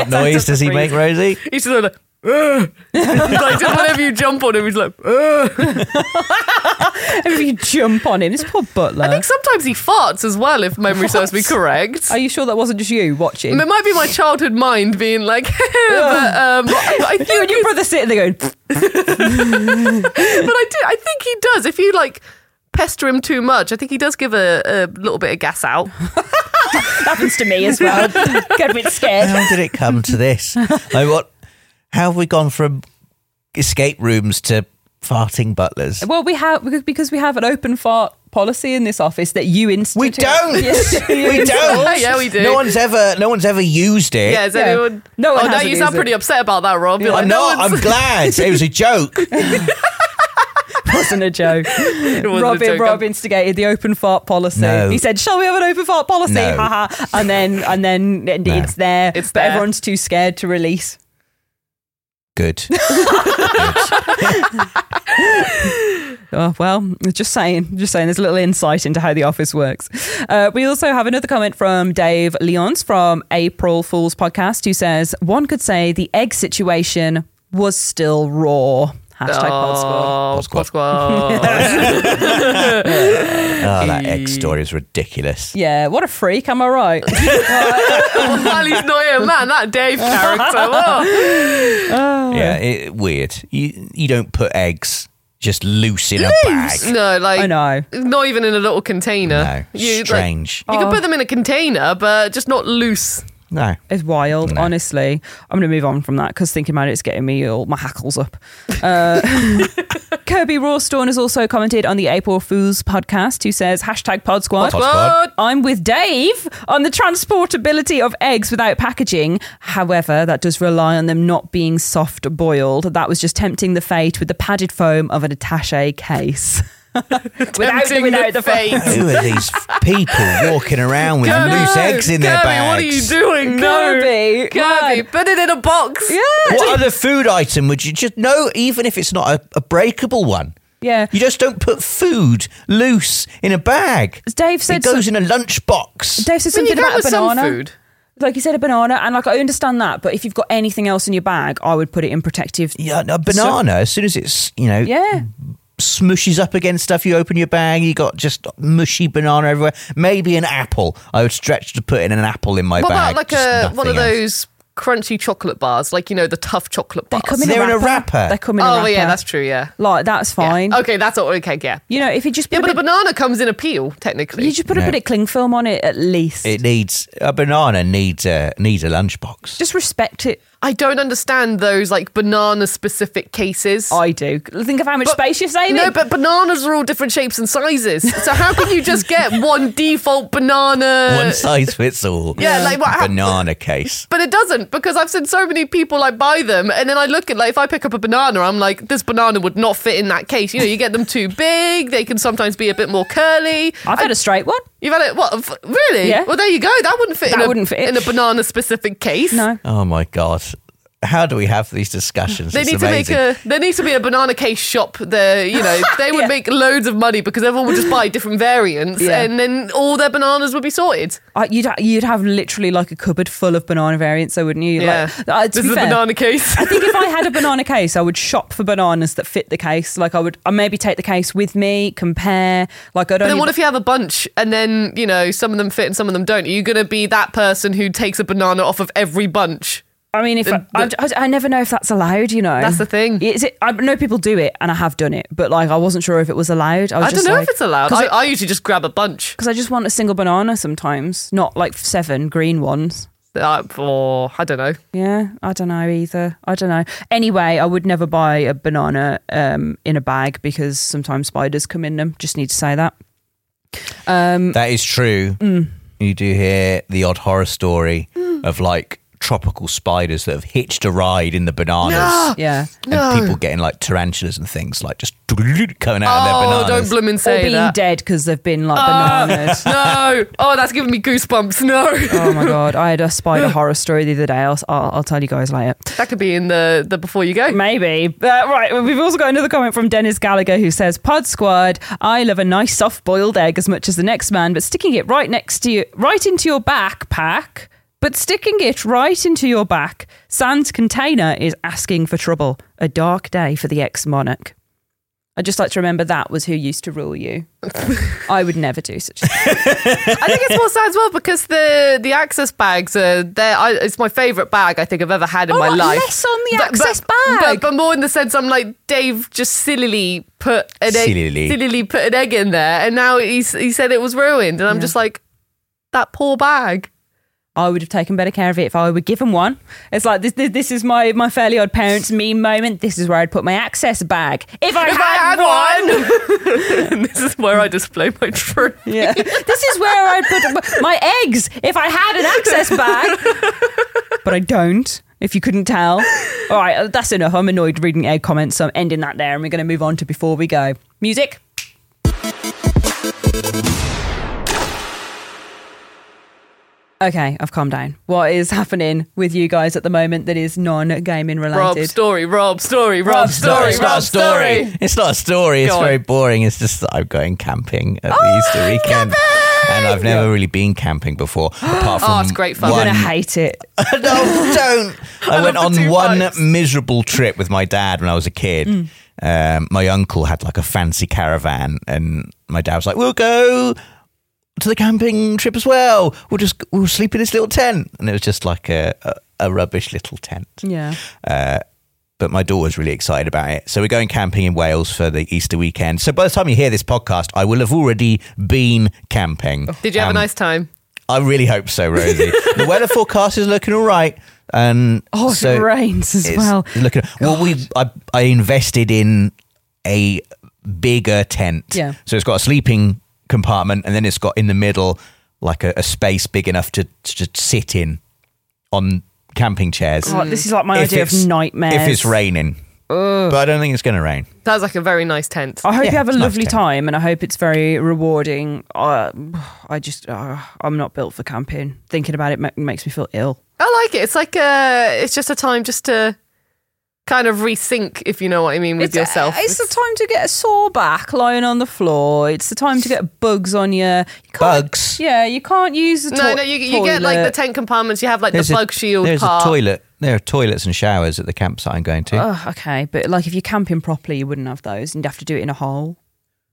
Speaker 2: What noise does he make, Rosie?
Speaker 3: He's just like, "Ugh." He's like just whenever you jump on him, he's like, Ugh.
Speaker 1: If you jump on him, this poor butler.
Speaker 3: I think sometimes he farts as well, if memory serves me correct.
Speaker 1: Are you sure that wasn't just you watching?
Speaker 3: It might be my childhood mind being like, but, um, I think
Speaker 1: you and your brother sitting there going,
Speaker 3: but I do. I think he does. If you like pester him too much, I think he does give a, a little bit of gas out.
Speaker 1: happens to me as well. Get a bit scared.
Speaker 2: How did it come to this? Like what? How have we gone from escape rooms to farting butlers?
Speaker 1: Well, we have because- because we have an open fart policy in this office that you
Speaker 2: We
Speaker 1: instituted.
Speaker 2: don't.
Speaker 1: Yes, you
Speaker 2: we don't.
Speaker 3: Yeah, we do.
Speaker 2: No one's ever. No one's ever used it.
Speaker 3: Yeah, is
Speaker 1: Yeah.
Speaker 3: anyone?
Speaker 1: No one
Speaker 3: oh, no,
Speaker 1: has it,
Speaker 3: you
Speaker 1: is
Speaker 3: sound
Speaker 1: it?
Speaker 3: pretty upset about that, Rob. You're like,
Speaker 2: I'm
Speaker 3: no
Speaker 2: not.
Speaker 3: one's-
Speaker 2: I'm glad it was a joke.
Speaker 1: wasn't a joke.
Speaker 3: wasn't a
Speaker 1: Robin
Speaker 3: joke.
Speaker 1: Rob instigated the open fart policy.
Speaker 2: No.
Speaker 1: He said, "Shall we have an open fart policy?"
Speaker 2: No.
Speaker 1: Haha. And then and then it-
Speaker 2: No.
Speaker 1: it's there,
Speaker 3: It's
Speaker 1: but
Speaker 3: there.
Speaker 1: everyone's too scared to release.
Speaker 2: Good.
Speaker 1: Oh, well, just saying, just saying. There's a little insight into how the office works. Uh, we also have another comment from Dave Lyons from April Fools podcast, who says one could say the egg situation was still raw. Hashtag pod squad.
Speaker 3: Oh,
Speaker 2: Pod
Speaker 3: Pod
Speaker 2: Oh, that X story is ridiculous.
Speaker 1: Yeah, what a freak! Am I right?
Speaker 3: Well, he's not here, man. That Dave character. Oh.
Speaker 2: Yeah, it, weird. You you don't put eggs just loose in a bag.
Speaker 3: No, like
Speaker 1: I know.
Speaker 3: Not even in a little container.
Speaker 2: No,
Speaker 3: You, like,
Speaker 2: strange.
Speaker 3: you
Speaker 1: Oh.
Speaker 3: can put them in a container, but just not loose.
Speaker 2: No.
Speaker 1: It's wild,
Speaker 2: No.
Speaker 1: honestly. I'm going to move on from that because thinking about it's getting me all my hackles up. Uh, Kirby Rawstorn has also commented on the April Fools podcast, who says hashtag Pod Squad.
Speaker 2: Pod Squad.
Speaker 1: I'm with Dave on the transportability of eggs without packaging. However, that does rely on them not being soft boiled. That was just tempting the fate with the padded foam of an attaché case. without
Speaker 3: Tempting
Speaker 1: without the foam.
Speaker 3: fate.
Speaker 2: Who are these people walking around with
Speaker 3: Kirby,
Speaker 2: loose eggs in their
Speaker 3: Kirby,
Speaker 2: bags?
Speaker 3: What are you doing? No.
Speaker 1: Kirby,
Speaker 3: Kirby, put it in a box.
Speaker 1: Yeah.
Speaker 2: What other food item would you just no? Even if it's not a, a breakable one,
Speaker 1: Yeah.
Speaker 2: you just don't put food loose in a bag.
Speaker 1: Dave said
Speaker 2: It goes in a lunchbox.
Speaker 1: Dave said
Speaker 3: I mean, you
Speaker 1: something
Speaker 3: go
Speaker 1: about
Speaker 3: with
Speaker 1: a
Speaker 3: some
Speaker 1: banana.
Speaker 3: food.
Speaker 1: Like you said, a banana, and like I understand that, but if you've got anything else in your bag, I would put it in protective.
Speaker 2: Yeah, a banana. as soon as it's you know
Speaker 1: Yeah.
Speaker 2: smushes up against stuff, you open your bag, you got just mushy banana everywhere. Maybe an apple. I would stretch to put in an apple in my
Speaker 3: What
Speaker 2: bag.
Speaker 3: about like
Speaker 2: just
Speaker 3: a
Speaker 2: nothing
Speaker 3: one of
Speaker 2: else.
Speaker 3: those crunchy chocolate bars? Like you know the tough chocolate bars.
Speaker 1: Come
Speaker 2: They're in a wrapper.
Speaker 1: They come in a
Speaker 3: oh
Speaker 1: wrapper.
Speaker 3: yeah, that's true. Yeah.
Speaker 1: like that's
Speaker 3: Yeah.
Speaker 1: fine.
Speaker 3: Okay, that's all. Okay, yeah.
Speaker 1: You know, if you just put
Speaker 3: Yeah,
Speaker 1: a
Speaker 3: but a
Speaker 1: bit,
Speaker 3: banana comes in a peel technically.
Speaker 1: you just put a
Speaker 2: No.
Speaker 1: bit of cling film on it at least.
Speaker 2: It needs a banana needs a needs a lunchbox.
Speaker 1: just respect it.
Speaker 3: I don't understand those like banana specific cases.
Speaker 1: I do. Think of how much space you're saving.
Speaker 3: No, but bananas are all different shapes and sizes. So how can you just get one default banana?
Speaker 2: One size fits all.
Speaker 3: Yeah, like what hap-
Speaker 2: banana case.
Speaker 3: But it doesn't because I've seen so many people like buy them, and then I look at like if I pick up a banana, I'm like, this banana would not fit in that case. You know, you get them too big. They can sometimes be a bit more curly.
Speaker 1: I've had a straight one.
Speaker 3: You've had it. What? f- Really?
Speaker 1: Yeah.
Speaker 3: Well, there you go. That wouldn't fit.
Speaker 1: That
Speaker 3: in a,
Speaker 1: wouldn't fit.
Speaker 3: in a banana specific case.
Speaker 1: No.
Speaker 2: Oh my god. How do we have these discussions?
Speaker 3: They
Speaker 2: it's
Speaker 3: need
Speaker 2: amazing.
Speaker 3: to make a. There needs to be a banana case shop. There, you know, they would
Speaker 1: Yeah.
Speaker 3: make loads of money because everyone would just buy different variants,
Speaker 1: Yeah.
Speaker 3: and then all their bananas would be sorted.
Speaker 1: I, you'd ha- you'd have literally like a cupboard full of banana variants, so wouldn't you?
Speaker 3: Yeah,
Speaker 1: Like, uh, to
Speaker 3: this
Speaker 1: be
Speaker 3: is
Speaker 1: fair,
Speaker 3: a banana case.
Speaker 1: I think if I had a banana case, I would shop for bananas that fit the case. Like I would, I maybe take the case with me, compare. Like I don't.
Speaker 3: But then what if you have a bunch and then, you know, some of them fit and some of them don't? Are you going to be that person who takes a banana off of every bunch?
Speaker 1: I mean, if
Speaker 3: The-
Speaker 1: I, I, I never know if that's allowed, you know.
Speaker 3: That's the thing.
Speaker 1: Is it? I know people do it, and I have done it, but like I wasn't sure if it was allowed. I, was
Speaker 3: I
Speaker 1: just
Speaker 3: don't know
Speaker 1: like-
Speaker 3: if it's allowed.
Speaker 1: Cause
Speaker 3: I,
Speaker 1: I,
Speaker 3: I usually just grab a bunch.
Speaker 1: 'cause I just want a single banana sometimes, not like seven green ones.
Speaker 3: Uh, or I don't know.
Speaker 1: Yeah, I don't know either. I don't know. Anyway, I would never buy a banana um, in a bag because sometimes spiders come in them. Just need to say that. Um,
Speaker 2: That is true.
Speaker 3: Mm.
Speaker 2: You do hear the odd horror story of like tropical spiders that have hitched a ride in the bananas.
Speaker 1: yeah.
Speaker 2: And people getting like tarantulas and things like just coming out
Speaker 3: Oh,
Speaker 2: of their
Speaker 3: don't
Speaker 2: bananas.
Speaker 3: blooming
Speaker 1: Or
Speaker 3: say
Speaker 1: being
Speaker 3: that. Oh.
Speaker 1: dead because they've been like bananas.
Speaker 3: no. Oh, that's giving me goosebumps. No.
Speaker 1: oh my god! I had a spider horror story the other day. I'll, I'll, I'll tell you guys later.
Speaker 3: That could be in the, the before you go.
Speaker 1: Maybe. But, right, well, we've also got another comment from Dennis Gallagher who says, Pod Squad, I love a nice soft boiled egg as much as the next man, but sticking it right next to you, right into your backpack, but sticking it right into your back, Sans container is asking for trouble. A dark day for the ex monarch. I'd just like to remember that was who used to rule you. I would never do such a thing.
Speaker 3: I think it's more sad as well because the the access bags are there. I, it's my favourite bag I think I've ever had in my
Speaker 1: All right,
Speaker 3: life.
Speaker 1: less on the Access bag.
Speaker 3: but, but more in the sense I'm like Dave just sillily put an
Speaker 2: Sillily.
Speaker 3: egg, sillily put an egg in there, and now he s- he said it was ruined, and I'm just like that poor bag.
Speaker 1: I would have taken better care of it if I were given one. It's like this. This, this is my my fairly odd parents meme moment. This is where I'd put my access bag if I,
Speaker 3: If
Speaker 1: had, one.
Speaker 3: one, and this is where I display my truth.
Speaker 1: Yeah. this is where I'd put my eggs if I had an access bag. But I don't, if you couldn't tell. All right, uh, that's enough. I'm annoyed reading egg comments, so I'm ending that there and we're going to move on to before we go. Music. Okay, I've calmed down. What is happening with you guys at the moment that is non gaming
Speaker 3: Rob
Speaker 1: related?
Speaker 3: story, Rob story, Rob,
Speaker 1: Rob's
Speaker 2: No,
Speaker 3: story,
Speaker 2: it's not
Speaker 3: Rob
Speaker 2: a story.
Speaker 3: story.
Speaker 2: It's not a story. It's
Speaker 3: Go on. Oh,
Speaker 2: very boring. It's just that I'm going camping at the Easter weekend, and I've never really been camping before, apart from
Speaker 3: Oh, it's great fun.
Speaker 1: You're
Speaker 2: One,
Speaker 1: going to hate it.
Speaker 2: no, don't. I,
Speaker 3: love
Speaker 2: went
Speaker 3: the
Speaker 2: on
Speaker 3: two
Speaker 2: one
Speaker 3: bikes.
Speaker 2: miserable trip with my dad when I was a kid. Um, my uncle had like a fancy caravan, and my dad was like, "We'll go to the camping trip as well. We'll just we'll sleep in this little tent." And it was just like a a, a rubbish little tent.
Speaker 1: Yeah.
Speaker 2: But my daughter's really excited about it. So we're going camping in Wales for the Easter weekend. So by the time you hear this podcast, I will have already been camping.
Speaker 3: Did you have
Speaker 2: Um,
Speaker 3: a nice time?
Speaker 2: I really hope so, Rosie. the weather forecast is looking all right. And
Speaker 1: Oh,
Speaker 2: so
Speaker 1: it rains as well.
Speaker 2: it's looking well, we I, I invested in a bigger tent.
Speaker 1: Yeah.
Speaker 2: So it's got a sleeping compartment, and then it's got in the middle like a, a space big enough to to sit in on camping chairs.
Speaker 1: God, this is like my
Speaker 2: If
Speaker 1: idea of
Speaker 2: it's-
Speaker 1: nightmares.
Speaker 2: If it's raining, but I don't think it's going to rain.
Speaker 3: Sounds like a very nice tent.
Speaker 1: I hope
Speaker 2: Yeah,
Speaker 1: you have a
Speaker 2: it's nice
Speaker 1: lovely
Speaker 2: to-
Speaker 1: time, and I hope it's very rewarding. Uh, I just, uh, I'm not built for camping. Thinking about it ma- makes me feel ill.
Speaker 3: I like it. It's like a, it's just a time just to kind of resync, if you know what I mean, with yourself.
Speaker 1: it's the time to get a sore back lying on the floor. It's the time to get bugs on you. you can't,
Speaker 2: Bugs?
Speaker 1: Yeah, you can't use the
Speaker 3: no,
Speaker 1: toi-
Speaker 3: no, you, you get like the
Speaker 1: toilet.
Speaker 3: tent compartments. You have like
Speaker 2: There's
Speaker 3: the
Speaker 2: a-
Speaker 3: bug shield
Speaker 2: There's
Speaker 3: part.
Speaker 2: a toilet. There are toilets and showers at the campsite I'm going to.
Speaker 1: Ugh, okay, but like if you're camping properly, you wouldn't have those, and you'd have to do it in a hole.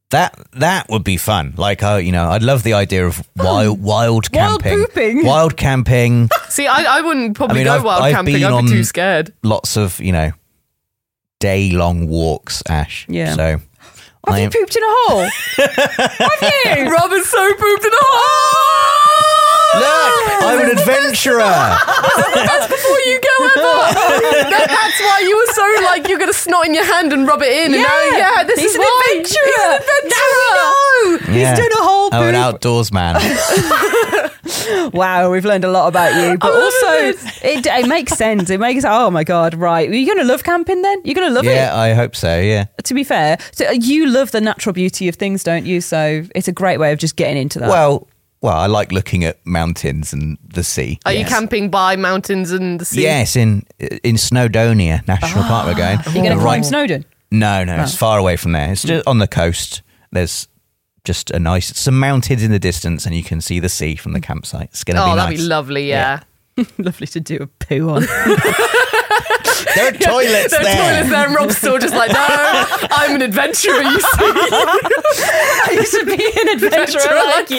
Speaker 2: That that would be fun. Like, uh, you know, I'd love the idea of wild wild
Speaker 1: Wild
Speaker 2: camping,
Speaker 1: pooping.
Speaker 2: wild camping.
Speaker 3: See, I, I wouldn't probably
Speaker 2: mean,
Speaker 3: go
Speaker 2: I've-
Speaker 3: wild
Speaker 2: I've
Speaker 3: camping. I'd
Speaker 2: been
Speaker 3: be
Speaker 2: on-
Speaker 3: too scared.
Speaker 2: lots of you know day long walks. Ash.
Speaker 1: Yeah.
Speaker 2: So
Speaker 1: Have
Speaker 2: I
Speaker 1: you
Speaker 2: am,
Speaker 1: pooped in a hole? have you?
Speaker 3: Rob is so pooped in the hole.
Speaker 2: look, I'm an adventurer.
Speaker 3: That's before you go ever. That- that's why you were so like you're gonna snot in your hand and rub it in. and now, yeah, this
Speaker 1: he's
Speaker 3: is an
Speaker 1: right.
Speaker 3: adventure.
Speaker 1: He's an
Speaker 3: adventurer.
Speaker 1: He's done a whole
Speaker 2: I'm an
Speaker 1: poop.
Speaker 2: outdoors man.
Speaker 1: Wow, we've learned a lot about you, but
Speaker 3: I'm loving
Speaker 1: also it, it makes sense. It makes oh my god, right? You're gonna love camping then. You're gonna love
Speaker 2: yeah, I hope so. Yeah.
Speaker 1: it. To be fair, so uh, you love the natural beauty of things, don't you? So it's a great way of just getting into that.
Speaker 2: Well, well, I like looking at mountains and the sea.
Speaker 1: Oh,
Speaker 3: Are
Speaker 2: Yes.
Speaker 3: you camping by mountains and the sea?
Speaker 2: Yes, in in Snowdonia National Park we're going.
Speaker 1: Ah. you're gonna
Speaker 2: The
Speaker 1: climb Oh. Snowden.
Speaker 2: No, no, it's far away from there. It's just on the coast. There's just a nice some mountains in the distance, and you can see the sea from the campsite. It's gonna
Speaker 3: Oh,
Speaker 2: be
Speaker 3: that'd
Speaker 2: nice.
Speaker 3: be lovely. Yeah.
Speaker 1: Lovely to do a poo on.
Speaker 2: there are toilets
Speaker 3: Their toilets
Speaker 2: there.
Speaker 3: there, and Rob's still just like, no, I'm an adventurer, you see,
Speaker 1: I used to be an adventurer
Speaker 3: adventurer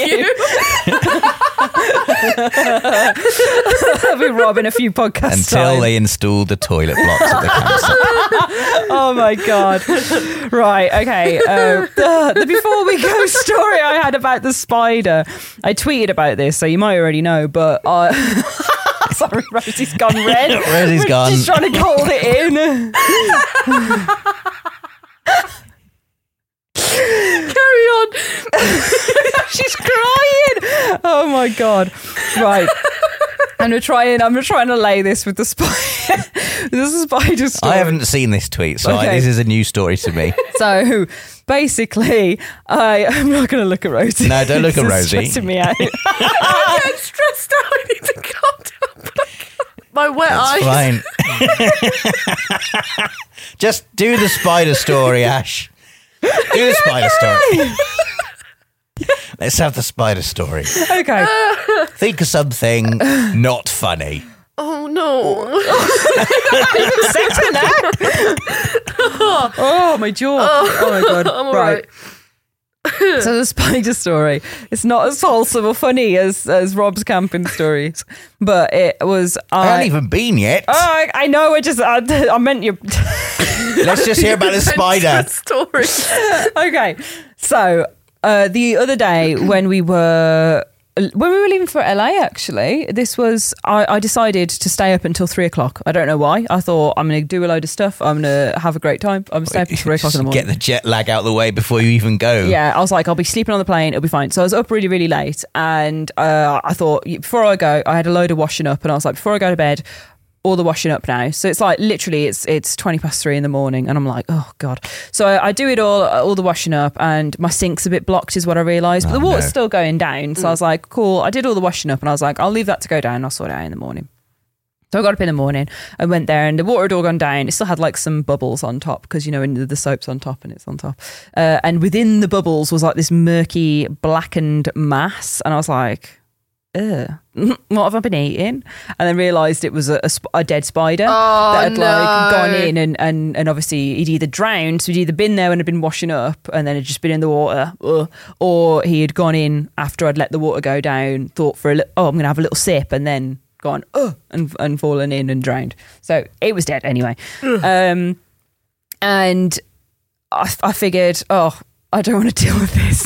Speaker 1: like you. That'll be robbing a few podcasts.
Speaker 2: until
Speaker 1: time.
Speaker 2: they installed the toilet blocks at the council.
Speaker 1: oh my god right okay uh, the, the before we go story i had about the spider i tweeted about this so you might already know but uh, sorry rosie's gone red
Speaker 2: Rosie's
Speaker 1: We're
Speaker 2: gone.
Speaker 1: just trying to hold it in
Speaker 3: Carry on.
Speaker 1: she's crying oh my god right i'm gonna try and i'm gonna try and allay this with the spider this is spider story
Speaker 2: I haven't seen this tweet, so I-
Speaker 1: Okay.
Speaker 2: this is a new story to me.
Speaker 1: So basically, I, I'm not going to look at Rosie.
Speaker 2: No, don't look at
Speaker 1: This is
Speaker 2: Rosie.
Speaker 1: stressing me out.
Speaker 3: I'm getting stressed out. I need to calm down. But I can't. My wet eyes.
Speaker 2: It's fine. Just do the spider story, Ash. Do the spider story. Let's have the spider story.
Speaker 1: okay.
Speaker 2: Think of something not funny.
Speaker 3: Oh no.
Speaker 1: Oh, my jaw. Oh, my God.
Speaker 3: I'm all
Speaker 1: right.
Speaker 3: right.
Speaker 1: So the spider story. It's not as wholesome or funny as, as Rob's camping stories, but it was.
Speaker 2: I
Speaker 1: I,
Speaker 2: haven't even been yet.
Speaker 1: Oh, I, I know. I just. I, I meant you.
Speaker 2: Let's just hear about the spider.
Speaker 3: Story.
Speaker 1: okay. So uh, the other day when we were when we were leaving for LA, actually, this was I, I decided to stay up until three o'clock. I don't know why. I thought I'm going to do a load of stuff. I'm going to have a great time. I'm staying up until three o'clock in the
Speaker 2: Just
Speaker 1: morning.
Speaker 2: Get the jet lag out of the way before you even go.
Speaker 1: Yeah, I was like, I'll be sleeping on the plane, it'll be fine. So I was up really, really late, and uh, I thought before I go, I had a load of washing up, and I was like, before I go to bed, all the washing up now. So it's like literally, it's it's twenty past three in the morning, and I'm like, oh god. So I, I do it all, all the washing up, and my sink's a bit blocked, is what I realised. But the water's
Speaker 2: no.
Speaker 1: still going down, so I was like, cool. I did all the washing up, and I was like, I'll leave that to go down. I'll sort it out in the morning. So I got up in the morning and went there, and the water had all gone down. It still had like some bubbles on top because you know, and the- the soap's on top and it's on top. Uh, and within the bubbles was like this murky, blackened mass, and I was like, "Ugh, what have I been eating?" And then realised it was a, a, sp- a dead spider
Speaker 3: Oh,
Speaker 1: that had like
Speaker 3: no.
Speaker 1: gone in, and, and and obviously he'd either drowned, so he'd either been there and had been washing up, and then had just been in the water, ugh, or he had gone in after I'd let the water go down, thought for a li- oh, I'm gonna have a little sip, and then gone oh and and fallen in and drowned. So it was dead anyway. Um, and I, I figured, oh, I don't want to deal with this,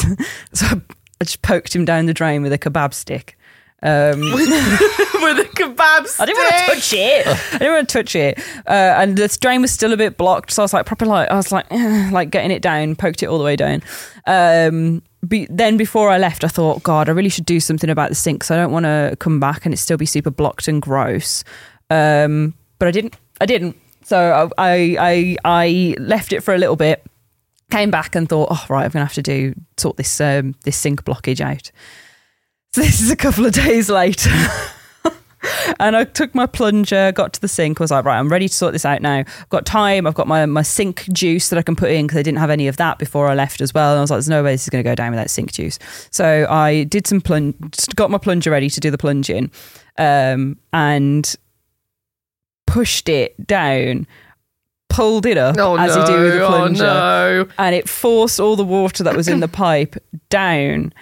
Speaker 1: so I, I just poked him down the drain with a kebab stick. Um,
Speaker 3: With a kebab stick.
Speaker 1: I didn't want to touch it. I didn't want to touch it. Uh, and the drain was still a bit blocked, so I was like, proper like, I was like, eh, like getting it down, poked it all the way down. Um, be, then before I left, I thought, God, I really should do something about the sink, so I don't want to come back and it still be super blocked and gross. Um, but I didn't. I didn't. So I, I, I, I left it for a little bit came back and thought, oh right, I'm gonna have to do sort this um, this sink blockage out. So this is a couple of days later. And I took my plunger, got to the sink, was like, right, I'm ready to sort this out now. I've got time. I've got my, my sink juice that I can put in because I didn't have any of that before I left as well. And I was like, there's no way this is going to go down without sink juice. So I did some plunge, got my plunger ready to do the plunge in um, and pushed it down, pulled it up
Speaker 3: Oh,
Speaker 1: as
Speaker 3: no.
Speaker 1: you do with a plunger
Speaker 3: Oh, no.
Speaker 1: and it forced all the water that was in the pipe down.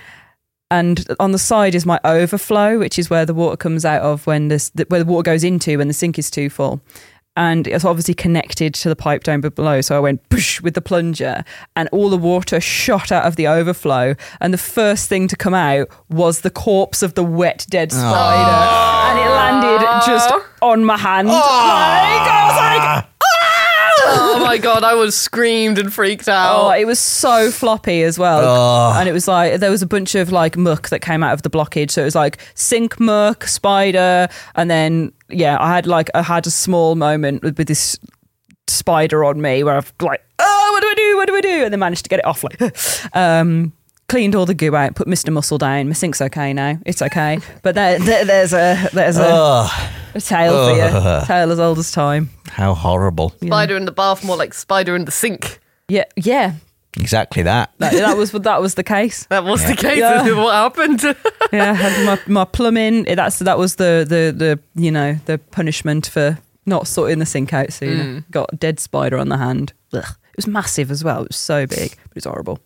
Speaker 1: And on the side is my overflow, which is where the water comes out of when this the, where the water goes into when the sink is too full. And it's obviously connected to the pipe down below. So I went push with the plunger, and all the water shot out of the overflow. And the first thing to come out was the corpse of the wet, dead spider. And it landed just on my hand. Like, I was like,
Speaker 2: Ah!
Speaker 3: Oh my god, I was screamed and freaked out.
Speaker 1: Oh, it was so floppy as well. And it was like there was a bunch of like muck that came out of the blockage. So it was like sink muck, spider, and then yeah, I had like I had a small moment with, with this spider on me where I've like, oh, what do I do? What do I do? And then managed to get it off like um Cleaned all the goo out, put Mr. Muscle down. My sink's okay now. It's okay. But there, there- there's a there's a,
Speaker 2: Oh,
Speaker 1: a tail for you. Tail as old as time.
Speaker 2: how horrible.
Speaker 3: Spider in the bath, more like spider in the sink.
Speaker 1: Yeah, yeah.
Speaker 2: Exactly that.
Speaker 1: That, that was that was the case.
Speaker 3: That was the case.
Speaker 1: Yeah.
Speaker 3: of What happened?
Speaker 1: yeah, I had my my plumbing. eh, That's that was the the the you know the punishment for not sorting the sink out sooner. Got a dead spider on the hand. Ugh. It was massive as well. It was so big, but it's horrible.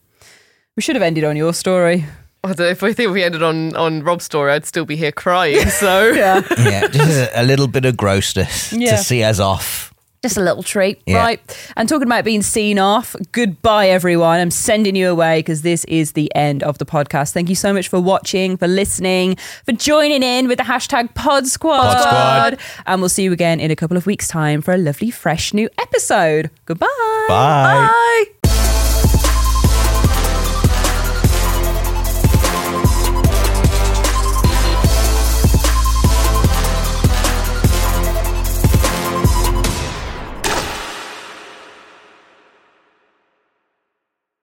Speaker 1: We should have ended on your story.
Speaker 3: I don't know, if I think we ended on on Rob's story, I'd still be here crying. So
Speaker 1: Yeah.
Speaker 2: yeah, just a little bit of grossness
Speaker 1: Yeah.
Speaker 2: to see us off.
Speaker 1: Just a little treat,
Speaker 2: Yeah.
Speaker 1: right? And talking about being seen off, goodbye, everyone. I'm sending you away because this is the end of the podcast. Thank you so much for watching, for listening, for joining in with the hashtag Pod Squad.
Speaker 2: Pod Squad.
Speaker 1: And we'll see you again in a couple of weeks' time for a lovely, fresh new episode. Goodbye.
Speaker 2: Bye.
Speaker 3: bye.